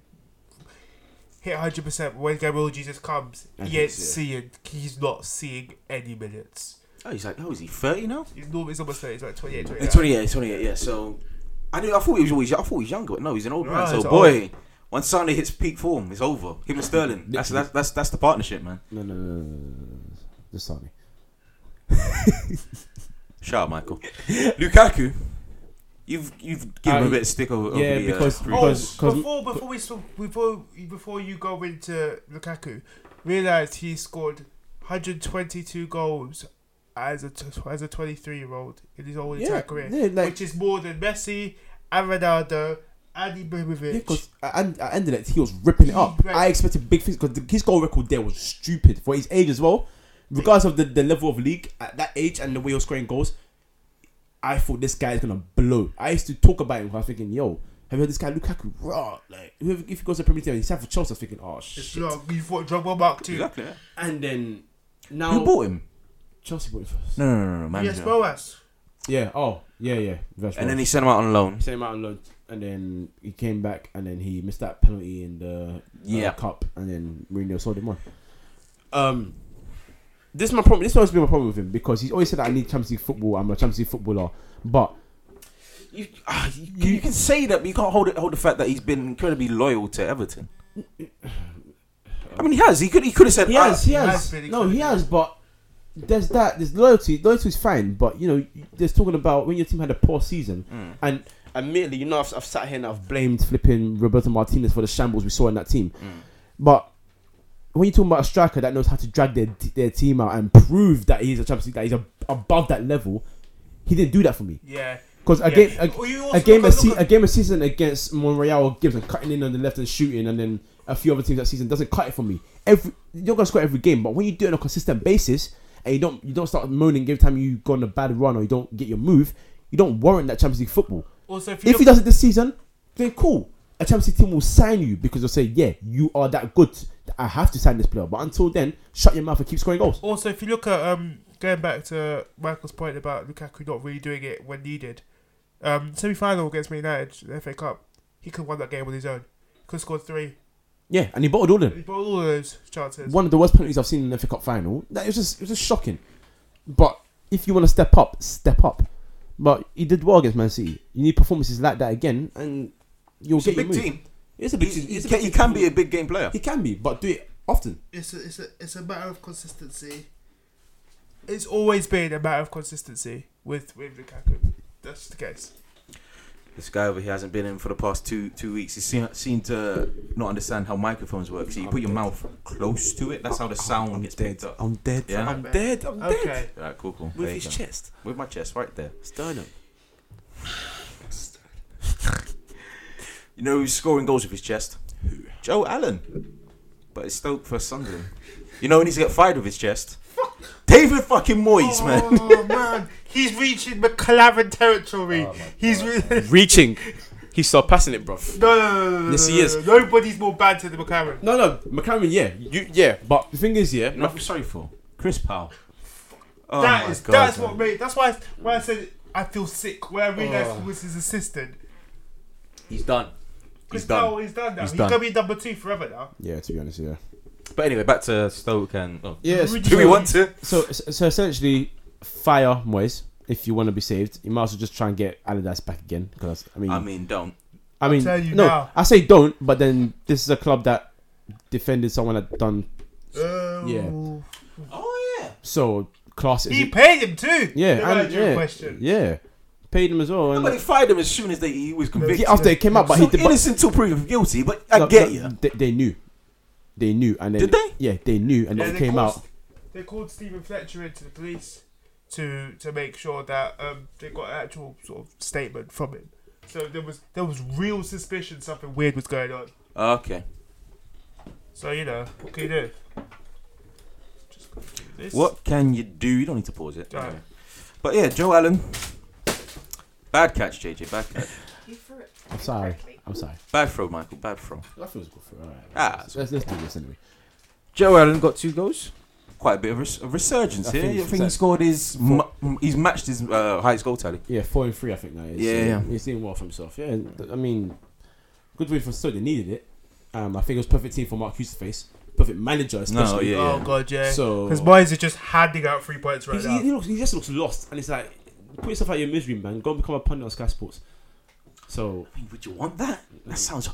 C: hit hundred percent, when Gabriel Jesus comes,
B: I
C: he
B: think
C: ain't
A: so.
C: seeing. He's not seeing any minutes.
A: Oh, he's like, oh, is he 30 now?
C: He's normally it's almost 30, he's like 28, 29.
A: Yeah. 28, 28, yeah. So I knew I thought he was always I thought he was younger, but no, he's an old
C: No,
A: man. So
C: he's
A: boy, once Sunday hits peak form, it's over. Him and Sterling. That's that's that's, that's the partnership, man.
B: No, no, no, no, no, no, no. Just Sani.
A: Shout out
B: [LAUGHS]
A: Michael. Lukaku. You've you've given him a
B: Uh,
A: bit of stick over,
B: yeah,
A: over the, uh,
B: because-
A: three-
C: Oh,
B: Because- 'cause-
C: before before we sw- before before you go into Lukaku, realize he scored 122 goals as a t- as a 23 year old in his whole entire
B: Yeah,
C: career,
B: yeah, like-
C: which is more than Messi, and Ronaldo, and Ibrahimovic.
B: Yeah, because at at end of that, he was ripping it up.
C: Right.
B: I expected big things because his goal record there was stupid for his age as well. Regardless of the, the level of league at that age and the way he was scoring goals, I thought this guy is gonna blow. I used to talk about him. 'cause I was thinking, yo, have you heard this guy Lukaku? Raw, like whoever, if he goes to Premier League, he's signed for Chelsea. I was thinking, oh
C: It's
B: shit.
C: long. You thought Drogba Mark too?
A: Oh, Exactly. Yeah.
B: And then now
A: Who bought him?
B: Chelsea bought him first.
A: No, no, no, no, man.
C: Yes, Boas.
B: Yeah. Oh, yeah, yeah. That's
A: And
B: right.
A: then he sent him out on loan.
B: same out on loan, and then he came back, and then he missed that penalty in the uh,
A: Yeah.
B: cup, and then Mourinho sold him on. Um, this is my problem. This has been my problem with him because he's always said that I need Champions League football. I'm a Champions League footballer, but
A: You, ah, you, you can say that, but you can't hold it. Hold the fact that he's been incredibly loyal to Everton. I mean, he has. He could. He could have said. "Ah,
B: he has, he
C: he
B: has,
C: has been
B: no, he
C: incredible.
B: has, but there's that. There's loyalty. Loyalty is fine, but you know, there's talking about when your team had a poor season, and admittedly, you know, I've, I've sat here and I've blamed flipping Roberto Martinez for the shambles we saw in that team, but. When you're talking about a striker that knows how to drag their their team out and prove that he's a Champions League, that he's a, above that level, he didn't do that for me.
C: Yeah.
B: Because a
C: Yeah.
B: game, a,
C: Well, you
B: a
C: also
B: game, a,
C: look at-
B: se-
C: look
B: a game a season against Monreal or Gibson, cutting in on the left and shooting, and then a few other teams that season doesn't cut it for me. Every you're gonna score every game, but when you do it on a consistent basis and you don't you don't start moaning every time you go on a bad run or you don't get your move, you don't warrant that Champions League football.
C: Also, if you
B: If he
C: look-
B: does it this season, then cool. A Champions League team will sign you because they'll say, yeah, you are that good. I have to sign this player. But until then, shut your mouth and keep scoring goals.
C: also if you look at um going back to Michael's point about Lukaku not really doing it when needed, um semi final against Man United the FA Cup, he could have won that game on his own. Could have scored three.
B: Yeah, and he bottled all of them.
C: He brought all of those chances.
B: one of the worst penalties I've seen in the FA Cup final. That it was just it was just shocking. But if you want to step up, step up. But he did well against Man City. You need performances like that again, and you'll
A: It's a
B: get your
A: big
B: move.
A: team.
B: It's a big
A: He,
B: team.
A: he
B: It's a
A: can,
B: big
A: he
B: team.
A: can be a big game player.
B: He can be, but do it often.
C: It's a, it's a it's a matter of consistency. It's always been a matter of consistency with with Lukaku. That's the case.
A: This guy over here hasn't been in for the past two two weeks. He seemed, seemed to not understand how microphones work. So you put your mouth close to it. That's how the sound gets picked up.
B: I'm dead.
A: Yeah.
B: I'm dead. I'm dead.
C: Okay.
A: Alright, cool, cool.
B: With
A: There you
B: his
A: go.
B: chest,
A: With my chest right there.
B: sternum.
A: You know who's scoring goals with his chest? Joe Allen. but it's Stoke versus Sunderland. You know, he needs to get fired with his chest. David fucking Moyes, man.
C: Oh man, he's reaching McLaren territory. he's re- [LAUGHS]
D: Reaching. He's surpassing it, bruv.
C: no, no, no, no, no,
D: Yes, he
C: no, no,
D: is.
C: no. Nobody's more bad than McLaren.
D: No, no, McLaren, yeah. You, yeah. But the thing is, yeah.
A: You know [LAUGHS] what I'm sorry for? Chris Powell. Oh
C: That
A: my
C: is
A: God,
C: that's
A: man.
C: what made. That's why why I said I feel sick when I realised he was his assistant.
D: He's done.
C: Chris
D: He's done.
C: Powell is done now.
A: He's
C: He's,
A: done.
C: gonna be number two forever now.
B: Yeah, to be honest, yeah.
A: But anyway, back to Stoke and. Oh.
B: Yes.
C: Would
A: Do we want to?
B: So, so essentially, fire Moyes if you want to be saved. You might as well just try and get Allardyce back again. Because I mean,
A: I mean, don't.
B: I mean,
C: tell you
B: no,
C: now.
B: I say don't. But then this is a club that defended someone that done
C: Oh.
B: Yeah.
A: Oh yeah.
B: so class.
C: He
B: Is
C: paid him too. the
B: yeah, and,
C: manager in
B: yeah,
C: question.
B: yeah, paid him as well. And
A: But they fired him as soon as they he was convicted.
B: Yeah, after it came out, but
A: so
B: he did. but-
A: innocent till proven guilty. But I
B: no,
A: get
B: no,
A: you.
B: They, they knew, they knew, and then
A: Did they?
B: Yeah, they knew, and
C: Yeah,
B: then it
C: they
B: came
C: called-
B: out.
C: They called Stephen Fletcher into the police to to make sure that um, they got an actual sort of statement from him. So there was there was real suspicion something weird was going on.
A: Okay.
C: So you know, what can you do? Just do this. Oh,
A: What can you do? You don't need to pause it.
C: Alright.
A: Anyway. But yeah, Joe Allen. Bad catch, JJ. Bad catch.
E: You threw it.
B: I'm sorry.
E: Correctly.
B: I'm sorry.
A: Bad throw, Michael. Bad throw.
B: That feels good for. All right.
A: Ah,
B: let's, let's let's do this anyway.
D: Joe Allen got two goals.
A: Quite a bit of res- a resurgence
B: I
A: here.
B: think
A: I
B: it's
A: think he
B: like-
A: scored his. mu- m- he's matched his uh, highest goal tally.
B: Yeah, four and three, I think now. He's,
A: Yeah, yeah.
B: he's doing well for himself. Yeah, and th- I mean, good win for Stoke. They needed it. Um, I think it was perfect team for Mark Hughes' face. Perfect manager, especially.
A: yeah,
C: Oh god, yeah.
B: So
C: Because boys are just handing out free points right
B: He's-
C: now.
B: he, he looks, he just looks lost, and it's like put yourself out of your misery, man. Go and become a pundit on Sky Sports. So
A: I mean, would you want that? That sounds.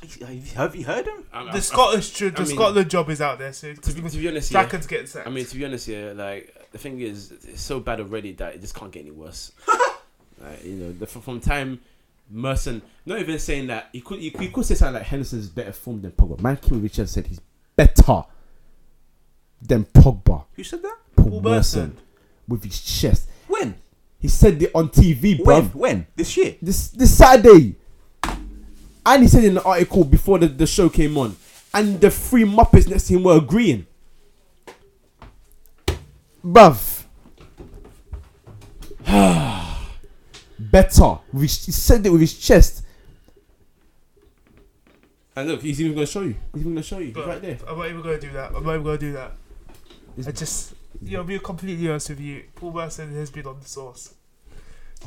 A: Have you heard him?
B: I, I-
C: the Scottish, the
B: mean-
C: Scotland job is out there soon.
B: to, be, to be honest, yeah,
C: Jackets getting sacked.
B: I mean, to be honest, yeah, like the thing is, it's so bad already that it just can't get any
A: [LAUGHS]
B: worse. like, you know, the, from, from time Merson, not even saying that you could you, could- you could say something like Henderson's better form than Pogba. Man, Kim Richards said he's better than Pogba.
A: Who said that?
B: Paul
C: Merson.
B: Merson with his chest.
A: When?
B: He said it on TV,
A: When?
B: bruv.
A: When? This year?
B: This this Saturday, and he said in the article before the, the show came on, and the three Muppets next to him were agreeing. Bruv. [SIGHS] Better. With his- he said it with his chest. And look, he's even gonna show you. He's even gonna show you. He's
C: But
B: right there.
C: I'm not even gonna do that. I'm not even gonna do that.
B: Is-
C: I just, you know, be completely honest with you. Paul Merson has been on the source.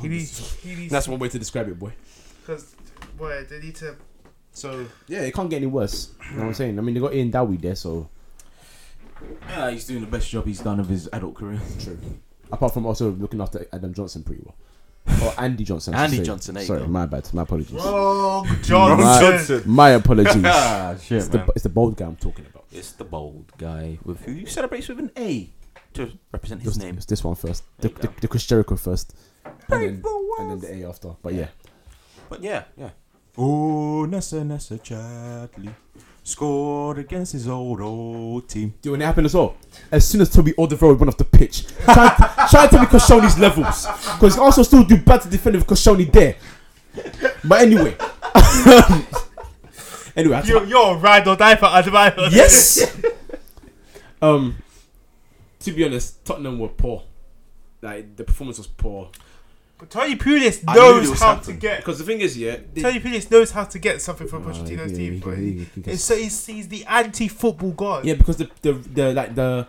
C: He needs, he needs,
B: That's one way to describe it, boy.
C: because boy, they need to.
B: So yeah, it can't get any worse. You know what I'm saying? I mean, they got Ian Dowie there, so
A: Yeah, he's doing the best job he's done of his adult career.
B: [LAUGHS] True. Apart from also looking after Adam Johnson pretty well. Or Andy Johnson. I should
A: Andy
B: say.
A: Johnson, there you
B: Sorry,
A: go.
B: my bad. My apologies.
C: Wrong Johnson.
B: My-
A: [LAUGHS]
B: My apologies.
A: ah, shit,
B: it's, the, it's the bald guy I'm talking about.
A: It's the bold guy with who celebrates with an A to represent his
B: It's-
A: name.
B: It's this one first. The,
A: There you
B: the,
A: go.
B: the Chris Jericho first. And then,
A: Paper
B: and
A: was-
B: then the A after. But yeah.
A: But yeah, yeah. Oh, Nessa Nessa Chadley scored against his old old team.
B: Do you know what happened as well? As soon as Toby Alderweireld went off the pitch, try, [LAUGHS] try to be Koscielny's levels. Because Arsenal still do bad to defend with Koscielny there. But anyway. [LAUGHS] anyway, I
C: You, you're a ride or die for Adam Iverson.
B: Yes. [LAUGHS] um, to be honest, Tottenham were poor. Like the performance was poor.
C: [LAUGHS] But Tony Pulis
A: I knew
C: knows
A: this
C: how to
A: happened.
C: get.
B: Because the thing is, yeah, they,
C: Tony Pulis knows how to get something from
B: Ah,
C: Pochettino's
B: yeah,
C: team.
B: he
C: but
B: can- he
C: he,
B: can-
C: it's, so he's, he's the anti-football god.
B: yeah, because the, the the like the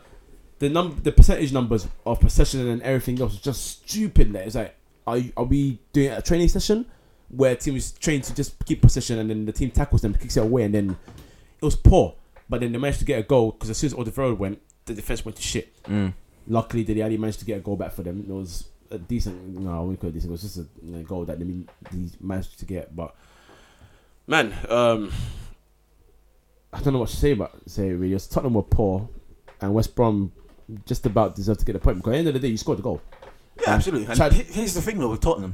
B: the num the percentage numbers of possession and everything else was just stupid. Like, it's like, are you, are we doing a training session where a team is trained to just keep possession and then the team tackles them, kicks it away, and then it was poor. But then they managed to get a goal because as soon as Alderweireld went, the defense went to shit.
A: Mm.
B: Luckily, Deli Ali managed to get a goal back for them. It was a decent, no, I wouldn't call it decent. It was just a, you know, goal that they, they managed to get. But man, um, I don't know what to say about say really. It's Tottenham were poor, and West Brom just about deserved to get a point because at the end of the day, you scored the goal.
A: Yeah, absolutely. And
B: Chad-
A: he- here's the thing though with Tottenham,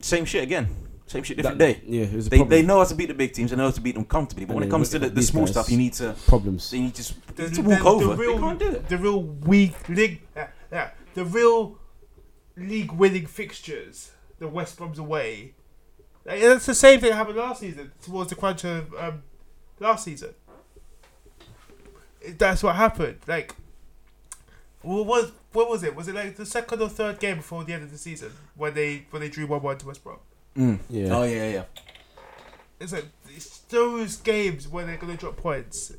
A: same shit again, same shit different day.
B: That- yeah, it was a
A: They,
B: problem.
A: they know how to beat the big teams. They know how to beat them comfortably. But
B: And
A: when it
B: they
A: comes
B: look
A: to the,
B: at
A: the
B: these
A: small
B: guys.
A: stuff, you need to
B: problems.
A: you need to,
C: the,
A: you need
C: the,
A: to
C: the-
A: walk over.
C: the real,
A: they can't do it.
C: the real weak league, uh, uh, the real league winning fixtures. The West Brom's away. Like, that's the same thing that happened last season towards the crunch of um, last season. that's what happened. Like, what was what was it? Was it like the second or third game before the end of the season when they when they drew one one to West Brom?
A: Mm.
B: Yeah.
A: Oh yeah, yeah.
C: It's like it's those games where they're gonna drop points.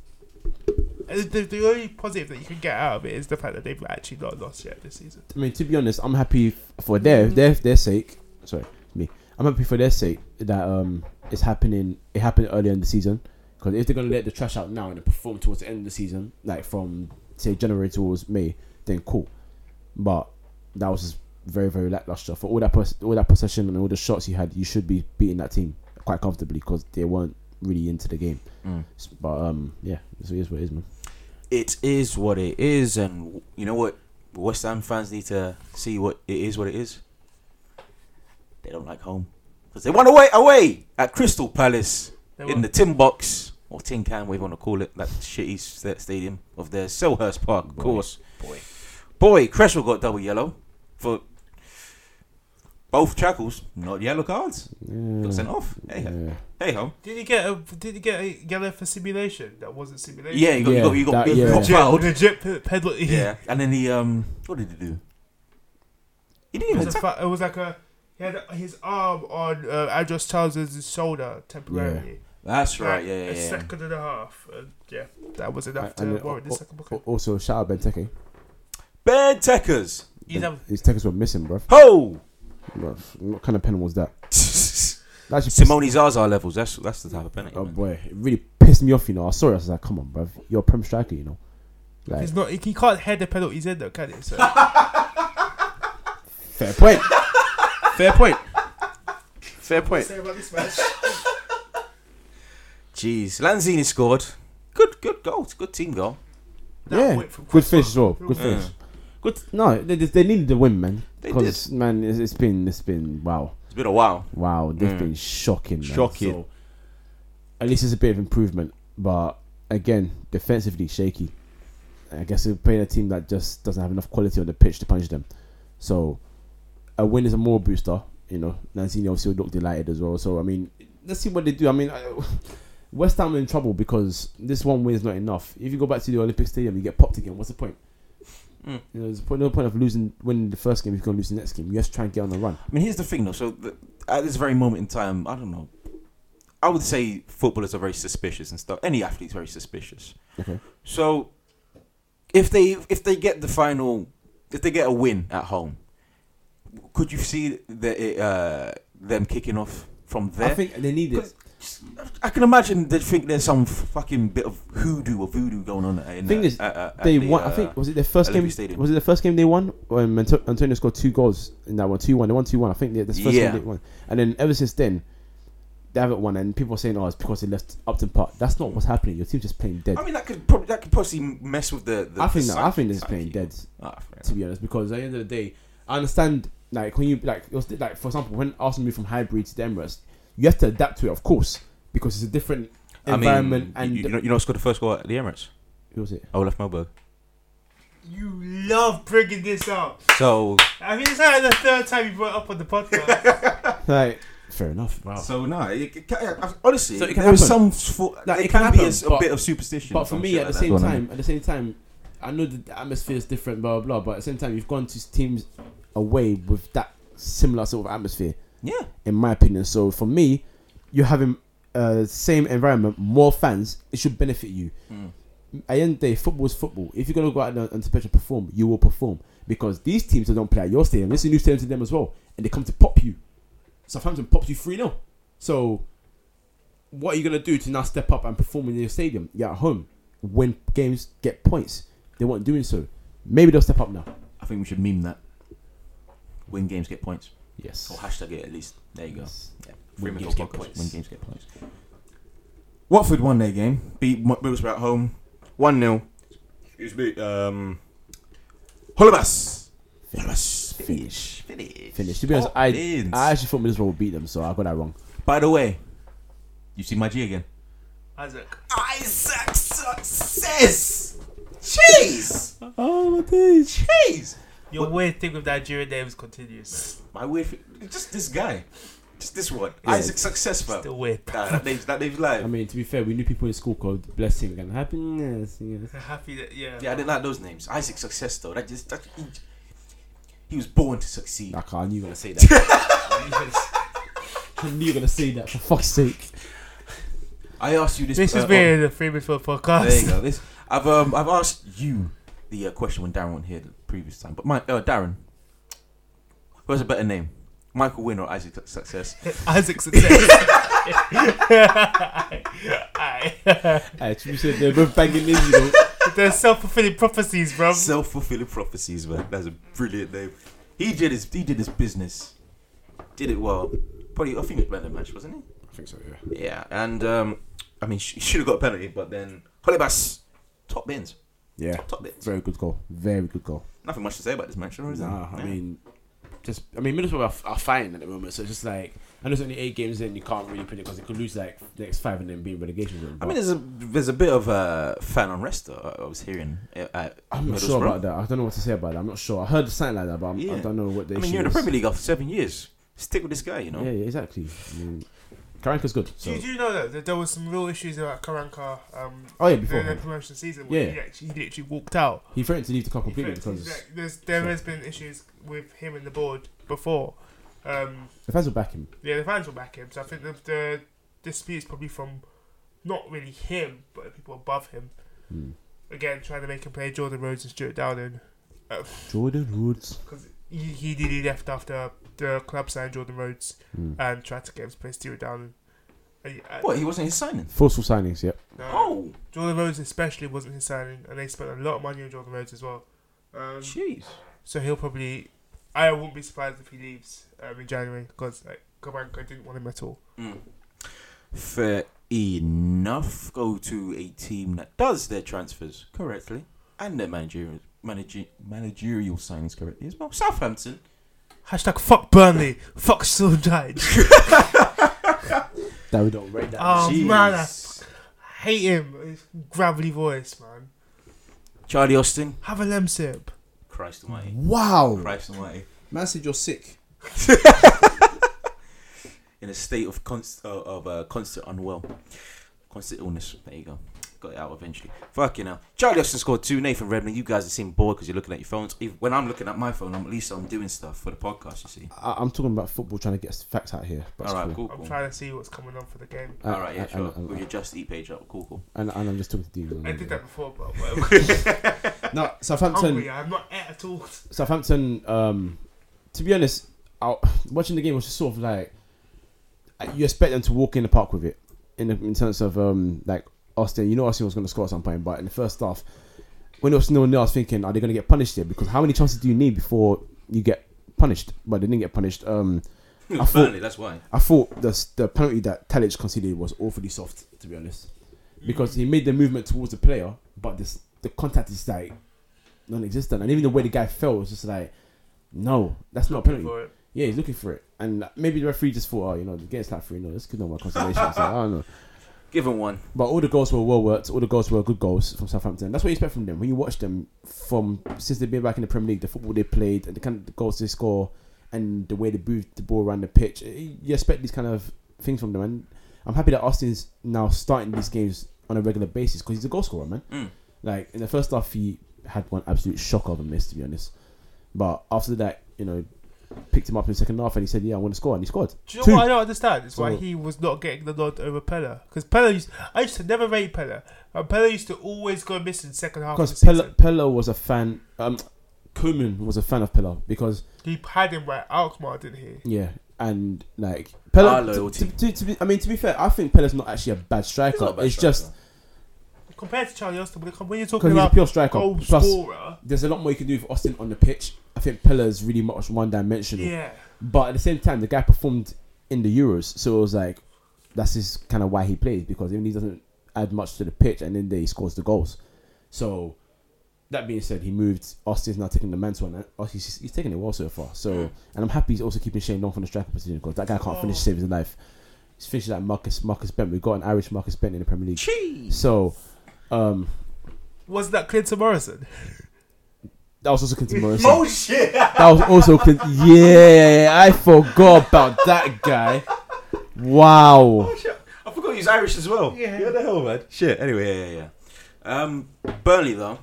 C: And the, the only positive that you can get out of it is the fact that they've actually not lost yet this season.
B: I mean, to be honest, I'm happy f- for their their their sake. Sorry, me. I'm happy for their sake that um it's happening. It happened earlier in the season because if they're gonna let the trash out now and then perform towards the end of the season, like from say January towards May, then cool. But that was just very very lackluster for all that pos- all that possession and all the shots he had. You should be beating that team quite comfortably because they weren't really into the game.
A: Mm.
B: S- But um yeah, so it is what it is, man.
A: It is what it is, and you know what? West Ham fans need to see what it is. What it is. They don't like home because they won away away at Crystal Palace
C: They
A: in
C: won.
A: the tin box or tin can, whatever you want to call it, that shitty st- stadium of theirs, Selhurst Park, of
B: Boy.
A: course. Boy, Cresswell got double yellow for both tackles, not yellow cards. Got sent
B: Yeah.
A: off. Hey, ho.
B: Yeah.
A: hey ho.
C: Did you get a Did you get a yellow for simulation? That wasn't simulation.
A: Yeah, you got,
B: Yeah,
A: you got,
B: that-
A: you got, you
B: yeah.
A: got fouled.
C: legit, legit pe- penalty.
A: Yeah, and then he um, what did he do? He
C: It
A: didn't
C: [LAUGHS]
A: even
C: was, a
A: tackle.
C: fa- it was like a he had his arm on uh, Andros Townsend's shoulder temporarily.
A: That's right.
C: Like,
A: Yeah, yeah,
C: A
A: yeah.
C: second and a half. And yeah, that was enough
B: And-
C: to
B: and-
C: warrant the
B: oh,
C: second
B: Al-
C: booking.
B: Also, shout out Benteke.
A: Bad tackers.
C: He's having
B: His tackles were missing, bruv.
A: Ho! [LAUGHS]
B: Bruv, What kind of pen was that?
A: Simone
B: That actually pissed-
A: Zaza levels. That's that's the type of penalty.
B: Oh
A: man.
B: boy, it really pissed me off. You know, I saw it. I was like, "Come on, bruv, you're a prem striker. You know, like
C: [LAUGHS] He's not. He he can't head the penalties in though, can
A: [LAUGHS]
C: he? So
B: fair point."
D: Fair point. Fair point.
C: about this match.
A: Jeez, Lanzini scored. Good, good goal. It's a Good team goal.
C: That
B: yeah,
C: went from
B: good finish as well. Good
A: Yeah.
B: finish. Good. No, they, they- they needed the win, man.
A: They
B: Because man, it's, it's been it's been wow,
A: It's been a while.
B: wow. They've
A: Mm.
B: been shocking, man.
D: Shocking.
B: So, at least it's a bit of improvement, but again, defensively shaky. I guess they're playing a team that just doesn't have enough quality on the pitch to punish them. So a win is a moral booster. You know, Lanzini obviously looked delighted as well. So I mean, let's see what they do. I [LAUGHS] mean, I- West Ham are in trouble because this one win is not enough. If you go back to the Olympic Stadium, you get popped again. What's the point?
A: Mm.
B: You know, there's point- no point of losing, winning the first game. If you're going to lose the next game, you just try and get on the run.
A: I mean, here's the thing though. So th- at this very moment in time, I don't know. I would say footballers are very suspicious and stuff. Any athlete's very suspicious.
B: Okay.
A: So if they if they get the final, if they get a win at home, could you see that it, uh, them kicking off from there?
B: I think they need it.
A: I can imagine they think there's some fucking bit of hoodoo or voodoo going on. In
B: Thing
A: the,
B: is,
A: uh, uh, at
B: They
A: the,
B: won.
A: uh,
B: I think was it their first
A: Olympic
B: game.
A: Stadium.
B: Was it the first game they won when Anto- Antonio scored two goals in that one? Two one. They won two one. I think they, that's the first
A: Yeah.
B: game they won. And then ever since then, they haven't won. And people are saying, "Oh, it's because they left Upton Park." That's not what's happening. Your team's just playing dead.
A: I mean, that could probably that could possibly mess with the. the
B: I think
A: the
B: that, I think they're
A: this
B: just playing dead.
A: Ah, fair
B: To be honest, because at the end of the day, I understand. Like when you like, it was, like for example, when Arsenal moved from Highbury to the Emirates, you have to adapt to it, of course, because it's a different
A: I mean,
B: environment.
A: you-
B: and
A: you, know, you know, who scored the first goal at the Emirates.
B: who was it?
A: Olaf Melberg.
C: You love bringing this up.
A: So,
C: I mean, it's like the third time you brought it up on
A: [LAUGHS]
C: the podcast.
B: Like fair enough. Wow.
A: so no. It, it, ca- I- I- honestly,
B: Oh. So it can
A: there is some.
B: happen.
A: Sort,
B: Like,
A: it,
B: it
A: can,
B: can
A: be a,
B: happen,
A: a
B: but-
A: bit of superstition.
B: But
A: or
B: for
A: some
B: me,
A: shit like
B: at the
A: that.
B: same
A: Go on,
B: time, at the same time, I know the atmosphere is different, blah blah. blah but at the same time, you've gone to teams away with that similar sort of atmosphere,
A: Yeah.
B: in my opinion. So for me, you're having uh, same environment, more fans. It should benefit you.
A: Mm.
B: At the end of the day, football is football. If you're gonna go out there and special perform, you will perform because these teams that don't play at your stadium, this is a new stadium to them as well, and they come to pop you. Southampton pops you three 0 So what are you gonna do to now step up and perform in your stadium? You're at home, win games, get points. They weren't doing so. Maybe they'll step up now.
A: I think we should meme that. Win games, get points,
B: Yes.
A: or hashtag it at least. There Oh, you go. Yeah.
B: Win
A: Fremantle
B: games, get
A: Podcast.
B: points.
A: Win games, get points. Watford won their game. Beat Mo- Middlesbrough at home. 1 0. Excuse me. Um, Holobas. Holobas. Finish. Finish.
B: Finish. To be honest,
A: Hot
B: I,
A: bins.
B: I actually thought Middlesbrough would beat them, so I got that wrong.
A: By the way, you see my G again.
C: Isaac.
A: Isaac success! Jeez!
B: Oh my days.
A: Jeez!
C: Your weird thing with Nigerian names continues.
A: My weird. Just this guy. Just this one.
B: Yeah.
A: Isaac Successful.
C: Still weird.
A: Nah, that name's that name's live.
B: I mean, to be fair, we knew people in school called Blessing and Happiness. Yes.
C: Happy that yeah.
A: yeah, I didn't like those names. Isaac Success though. That just that he, he was born to succeed.
B: Nah, I knew you were gonna say that.
C: [LAUGHS]
A: [LAUGHS]
C: Yes.
B: I knew you were gonna say that. For fuck's sake.
A: I asked you this.
C: this
A: uh,
C: has
A: on-
C: been the famous for
A: There you
C: podcast.
A: go. This I've um I've asked you the uh, question when Darren wasn't here the previous time, but my uh, Darren, who has a better name, Michael Wynn or Isaac Suc- Success?
C: [LAUGHS] Isaac success. Aye. [LAUGHS]
B: Hey, you Uh, said they're both banging this, you know.
C: They're self fulfilling prophecies, bro.
A: Self fulfilling prophecies, man. That's a brilliant name. He did his he did his business, did it well. Probably I think it was better than match, wasn't he?
D: I think so, yeah.
A: Yeah, and um, I mean, sh- he should have got a penalty, but then Holibas top bins,
B: Yeah.
A: top bins.
B: Very good goal. Very good goal.
A: Nothing much to say about this match, really, is there?
B: Nah, I
A: Yeah.
B: mean, just I mean, Middlesbrough are, are fine at the moment, so it's just like I know it's only eight games in, you can't really predict because they could lose like the next five and then be in relegation zone.
A: I mean, there's a there's a bit of uh, fan unrest. though, I I was hearing. uh, At
B: I'm not
A: Middlesbrough.
B: sure about that. I don't know what to say about that. I'm not sure. I heard something like that, but I'm, I
A: Yeah.
B: don't know what the
A: I mean,
B: issue
A: you're in the
B: is.
A: Premier League after seven years. Stick with this guy, you know.
B: Yeah, yeah, exactly. I mean, Karanka's good. So.
C: Do you, do you know that, that there was some real issues about Karanka um,
B: Oh yeah,
C: during the
B: before
C: promotion season where
B: Yeah.
C: he, actually, he literally walked out?
B: he threatened to leave the club
C: He
B: completely
C: felt-
B: because
C: he's like- there's, there
B: Sure.
C: has been issues with him and the board before. Um,
B: the fans will back him.
C: yeah, the fans will back him, so I think the, the dispute's probably from not really him, but the people above him.
B: Hmm.
C: Again, trying to make him play Jordan Rhodes and Stuart Downing
B: Jordan Woods.
C: because he, he nearly left after the club signed Jordan Rhodes
B: Hmm.
C: and tried to get him to play Stuart Downing. And he- I-
A: What? He wasn't his signing.
B: Forceful signings. Yep.
C: no.
A: Oh,
C: Jordan Rhodes especially wasn't his signing, and they spent a lot of money on Jordan Rhodes as well. Um,
A: jeez.
C: so he'll probably, I wouldn't be surprised if he leaves um, in January because like Kabanka didn't want him at all.
A: Mm. Fair enough. Go to a team that does their transfers correctly and their managerial manager, managerial signings correctly as well. Southampton.
C: Hashtag fuck Burnley, fuck Soldier.
B: That we don't rate that.
C: Oh
A: Jeez.
C: man, I [LAUGHS] hate him. His gravelly voice, man.
A: Charlie Austin.
C: Have a lem sip.
A: Christ Almighty.
B: Wow.
A: Christ Almighty.
D: Man said you're sick.
A: in a state of const- uh, of uh, constant unwell, constant illness. There you go. Got it out eventually. Fucking hell. Charlie Austin scored two. Nathan Redmond, you guys are seem bored because you're looking at your phones. If, when I'm looking at my phone, I'm at least I'm doing stuff for the podcast. You see.
B: I, I'm talking about football, trying to get facts out here. But
A: All right, cool.
C: I'm
A: cool.
C: trying to see what's coming on for the game.
B: Uh,
A: All right, yeah,
B: and-
A: sure.
B: and-
A: With your just eat page up, cool, cool.
B: And, and I'm just talking to Dean.
C: I did that before, but whatever.
B: [LAUGHS] No, Southampton.
C: [LAUGHS] Hungry, I'm not at at all. [LAUGHS]
B: Southampton, um, to be honest, I, watching the game was just sort of like uh, you expect them to walk in the park with it in the, in terms of um, like Austin. You know, Austin was going to score at some point, but in the first half, when it was no nil, I was thinking, are they going to get punished here? Because how many chances do you need before you get punished? But they didn't get punished. Um,
A: [LAUGHS]
B: I thought-
A: Burnley, that's why.
B: I thought the the penalty that Talic conceded was awfully soft, to be honest, because he made the movement towards the player, but this the contact is like non-existent, and even the way the guy fell was just like, no, that's not a penalty.
C: For it.
B: Yeah, he's looking for it, and maybe the referee just thought, oh, you know, the game's not free, no, this could not work consolation. oh, so I don't know.
A: Give him one.
B: But all the goals were well worked. All the goals were good goals from Southampton. That's what you expect from them. When you watch them from since they've been back in the Premier League, the football they played and the kind of goals they score and the way they moved the ball around the pitch, eh, you expect these kind of things from them. And I'm happy that Austin's now starting these games on a regular basis because he's a goal scorer, man.
A: Mm.
B: Like in the first half, he had one absolute shock of a miss, to be honest. But after that, you know, picked him up in the second half and he said, "Yeah, I want to score," and he scored.
C: Do you know
B: Two.
C: what I don't understand? It's why
B: So-
C: he was not getting the nod over Pella. Because Pella used, I used to never rate Pella. And Pella usella used to always go missing second half of the
B: Because
C: season.
B: Pella, Pella was a fan. Um, Koeman was a fan of Pella because.
C: He had him right Alkmaar, didn't he?
B: Yeah, and like Pella.
A: Our loyalty.
B: To, to, to be, I mean, to be fair, I think Pella's not actually a bad striker.
A: He's not a bad
B: it's
A: striker.
B: just
C: Compared to Charlie Austin, when it come- when you're
B: because
C: talking
B: he's a
C: about
B: pure striker.
C: goal
B: Plus,
C: scorer,
B: there's a lot more you can do with Austin on the pitch. I think Pella's really much one-dimensional.
C: yeah.
B: But at the same time, the guy performed in the Euros, so it was like that's just kind of why he plays because even he doesn't add much to the pitch, and then they scores the goals. So that being said, he moved. Austin's now taking the mantle, and uh, he's, he's taking it well so far. So
A: Mm.
B: and I'm happy he's also keeping Shane Long from the striker position because that guy can't finish to save his life. He's finishing like Marcus Marcus Bent. We've got an Irish Marcus Bent in the Premier League.
A: Cheese.
B: So um,
C: Was that Clinton Morrison?
B: That was also Quinton Morrison.
D: [LAUGHS] Oh shit!
B: That was also Clint. Yeah, I forgot about that guy. Wow.
D: Oh, shit. I forgot he's Irish as well.
C: Yeah.
D: Yeah, the hell, man. Shit. Anyway,
A: Yeah, yeah, yeah. Um, Burnley though,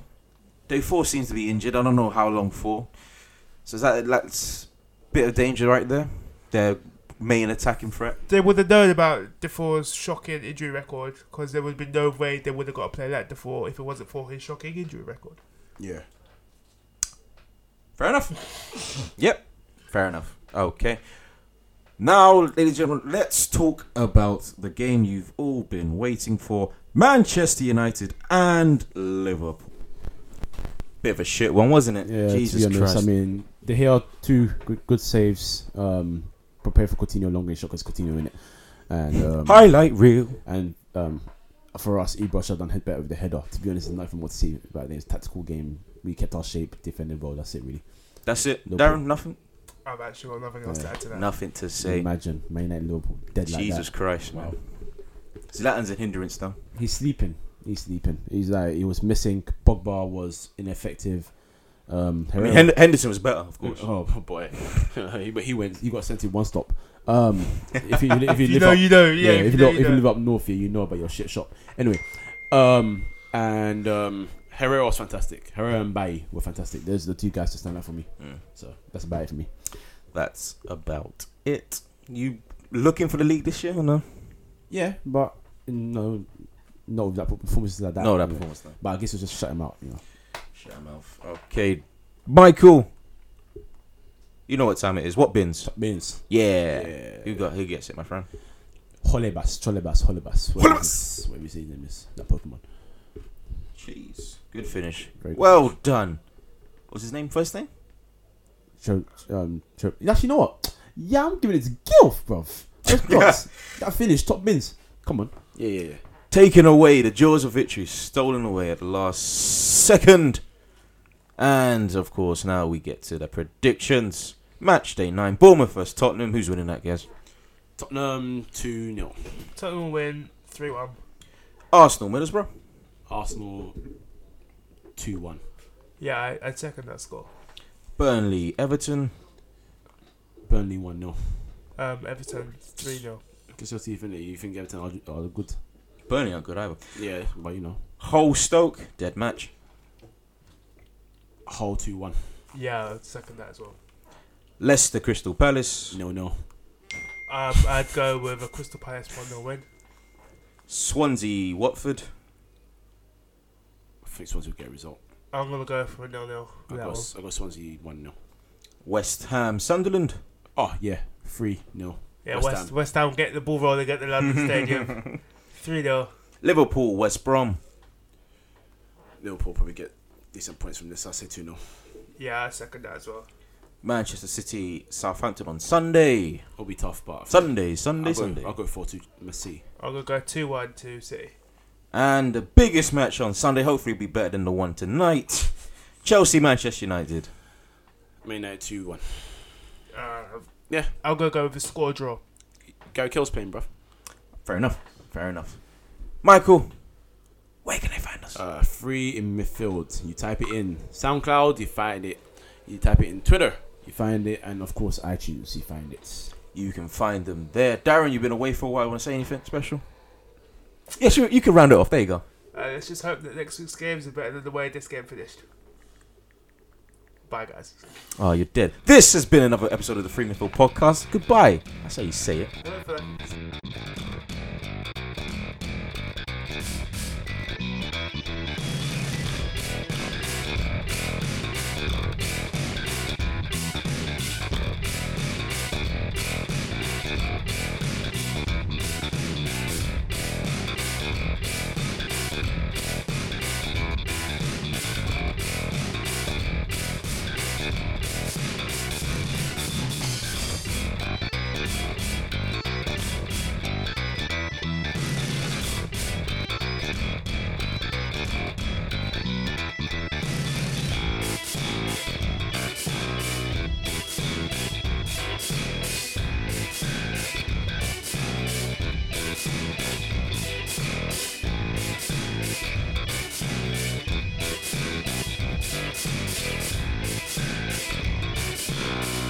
A: day four seems to be injured. I don't know how long for. So is that that's bit of danger right there. Their main attacking threat.
C: They would have known about Defoe's shocking injury record because there would have been no way they would have got a player like Defoe if it wasn't for his shocking injury record.
A: Yeah. Fair enough. [LAUGHS] yep. Fair enough. Okay. Now, ladies and gentlemen, let's talk about the game you've all been waiting for: Manchester United and Liverpool. Bit of a shit one, wasn't it?
B: Yeah,
A: Jesus
B: to be honest,
A: Christ.
B: I mean, De Gea two good, good saves. Um, prepare for Coutinho longer shot because Coutinho in it, and um,
A: Highlight reel.
B: and um, for us, Ibra should have done head better with the header. To be honest, there's nothing more to see about this tactical game. We kept our shape, defending well. That's it, really.
A: That's it. Darren,
B: No problem.
A: nothing.
C: I've actually got nothing else to add to that.
A: Nothing to say.
B: Imagine Man United, Liverpool, dead like
A: Jesus
B: that.
A: Christ, man. Zlatan's a hindrance, though.
B: He's sleeping. He's sleeping. He's like he was missing. Pogba was ineffective. Um,
A: I mean,
B: Herrera-
A: Hen- Henderson was better, of course.
B: Oh [LAUGHS] boy, he, but he went. He got sent to one stop. Um, if you [LAUGHS] if you,
C: You
B: live
C: know,
B: up,
C: you know,
B: yeah,
C: yeah.
B: if you,
C: know,
B: not, if you
C: know.
B: live up north here, you know about your shit shop. Anyway, um, and um, Herrera was fantastic. Herrera and Bayi were fantastic. Those are the two guys to stand out for me.
A: Mm.
B: So that's about it for me.
A: That's about it. You looking for the league this year or no?
B: Yeah, but no, no, that performances like that.
A: no, that
B: anyway.
A: performance, though.
B: But I guess we'll just shut him out. You know,
A: Shut your mouth. Okay. Michael. You know what time it is. What bins?
B: means
A: Yeah.
B: Yeah.
A: Who got? Who gets it, my friend?
B: Holebas, Cholebas, Holebas, whatever his- whatever his name is. That Pokemon.
A: Jeez. Good finish.
B: Very good.
A: well done. What's his name? First name?
B: Cho- um, Cho- Actually, you know what? Yeah, I'm giving it to Gilf, bruv. Those [LAUGHS] shots. That finish, top bins. Come on.
A: Yeah, yeah, yeah. Taken away, the jaws of victory stolen away at the last second. And of course, now we get to the predictions. Match day nine, Bournemouth vs Tottenham. Who's winning that, guys?
B: Tottenham 2 0.
C: Tottenham win 3 1.
A: Arsenal, Middlesbrough.
B: Arsenal 2 1.
C: Yeah, I, I second that score.
A: Burnley, Everton.
B: Burnley 1 0.
C: Um, Everton 3 0.
B: Because you think you think Everton are, are good.
A: Burnley aren't good either.
B: Yeah, but you know.
A: Hull, Stoke, dead match.
B: Hull 2 1.
C: Yeah, I second that as well.
A: Leicester, Crystal Palace.
B: 0 0.
C: Um, I'd go with a Crystal Palace 1 0 win.
A: Swansea, Watford.
B: I think Swansea will get a result.
C: I'm going to go for a 0 0.
B: I got, I got Swansea 1 0.
A: West Ham, Sunderland.
B: Oh, yeah. 3 0.
C: Yeah,
B: West
C: West,
B: Ham.
C: West Ham get the ball rolling at the London Stadium.
B: [LAUGHS]
C: 3 0.
A: Liverpool, West Brom.
B: Liverpool probably get decent points from this. I say 2 0.
C: Yeah, I second that as well.
A: Manchester City, Southampton on Sunday.
B: It'll be tough, but.
A: Sunday, Sunday, Sunday.
B: I'll go 4 2. Let's see.
C: I'm going to go 2 1 to City.
A: And the biggest match on Sunday, hopefully, be better than the one tonight. Chelsea, Manchester United.
B: Man United 2 1.
C: Uh,
B: Yeah.
C: I'm going to go with a score draw.
B: Gary Kill's playing, bruv.
A: Fair enough. Fair enough. Michael, where can they find us?
B: Uh, free in midfield. You type it in SoundCloud, you find it. You type it in Twitter, you find it, and of course iTunes, you find it.
A: you can find them there. Darren, you've been away for a while. Want to say anything special? Yes, you, you can round it off. There you go.
C: Uh, let's just hope that next week's games are better than the way this game finished. Bye, guys.
A: Oh, you're dead. This has been another episode of the Free Midfield Podcast. Goodbye. That's how you say it.
C: Wait for that.
A: Thank you.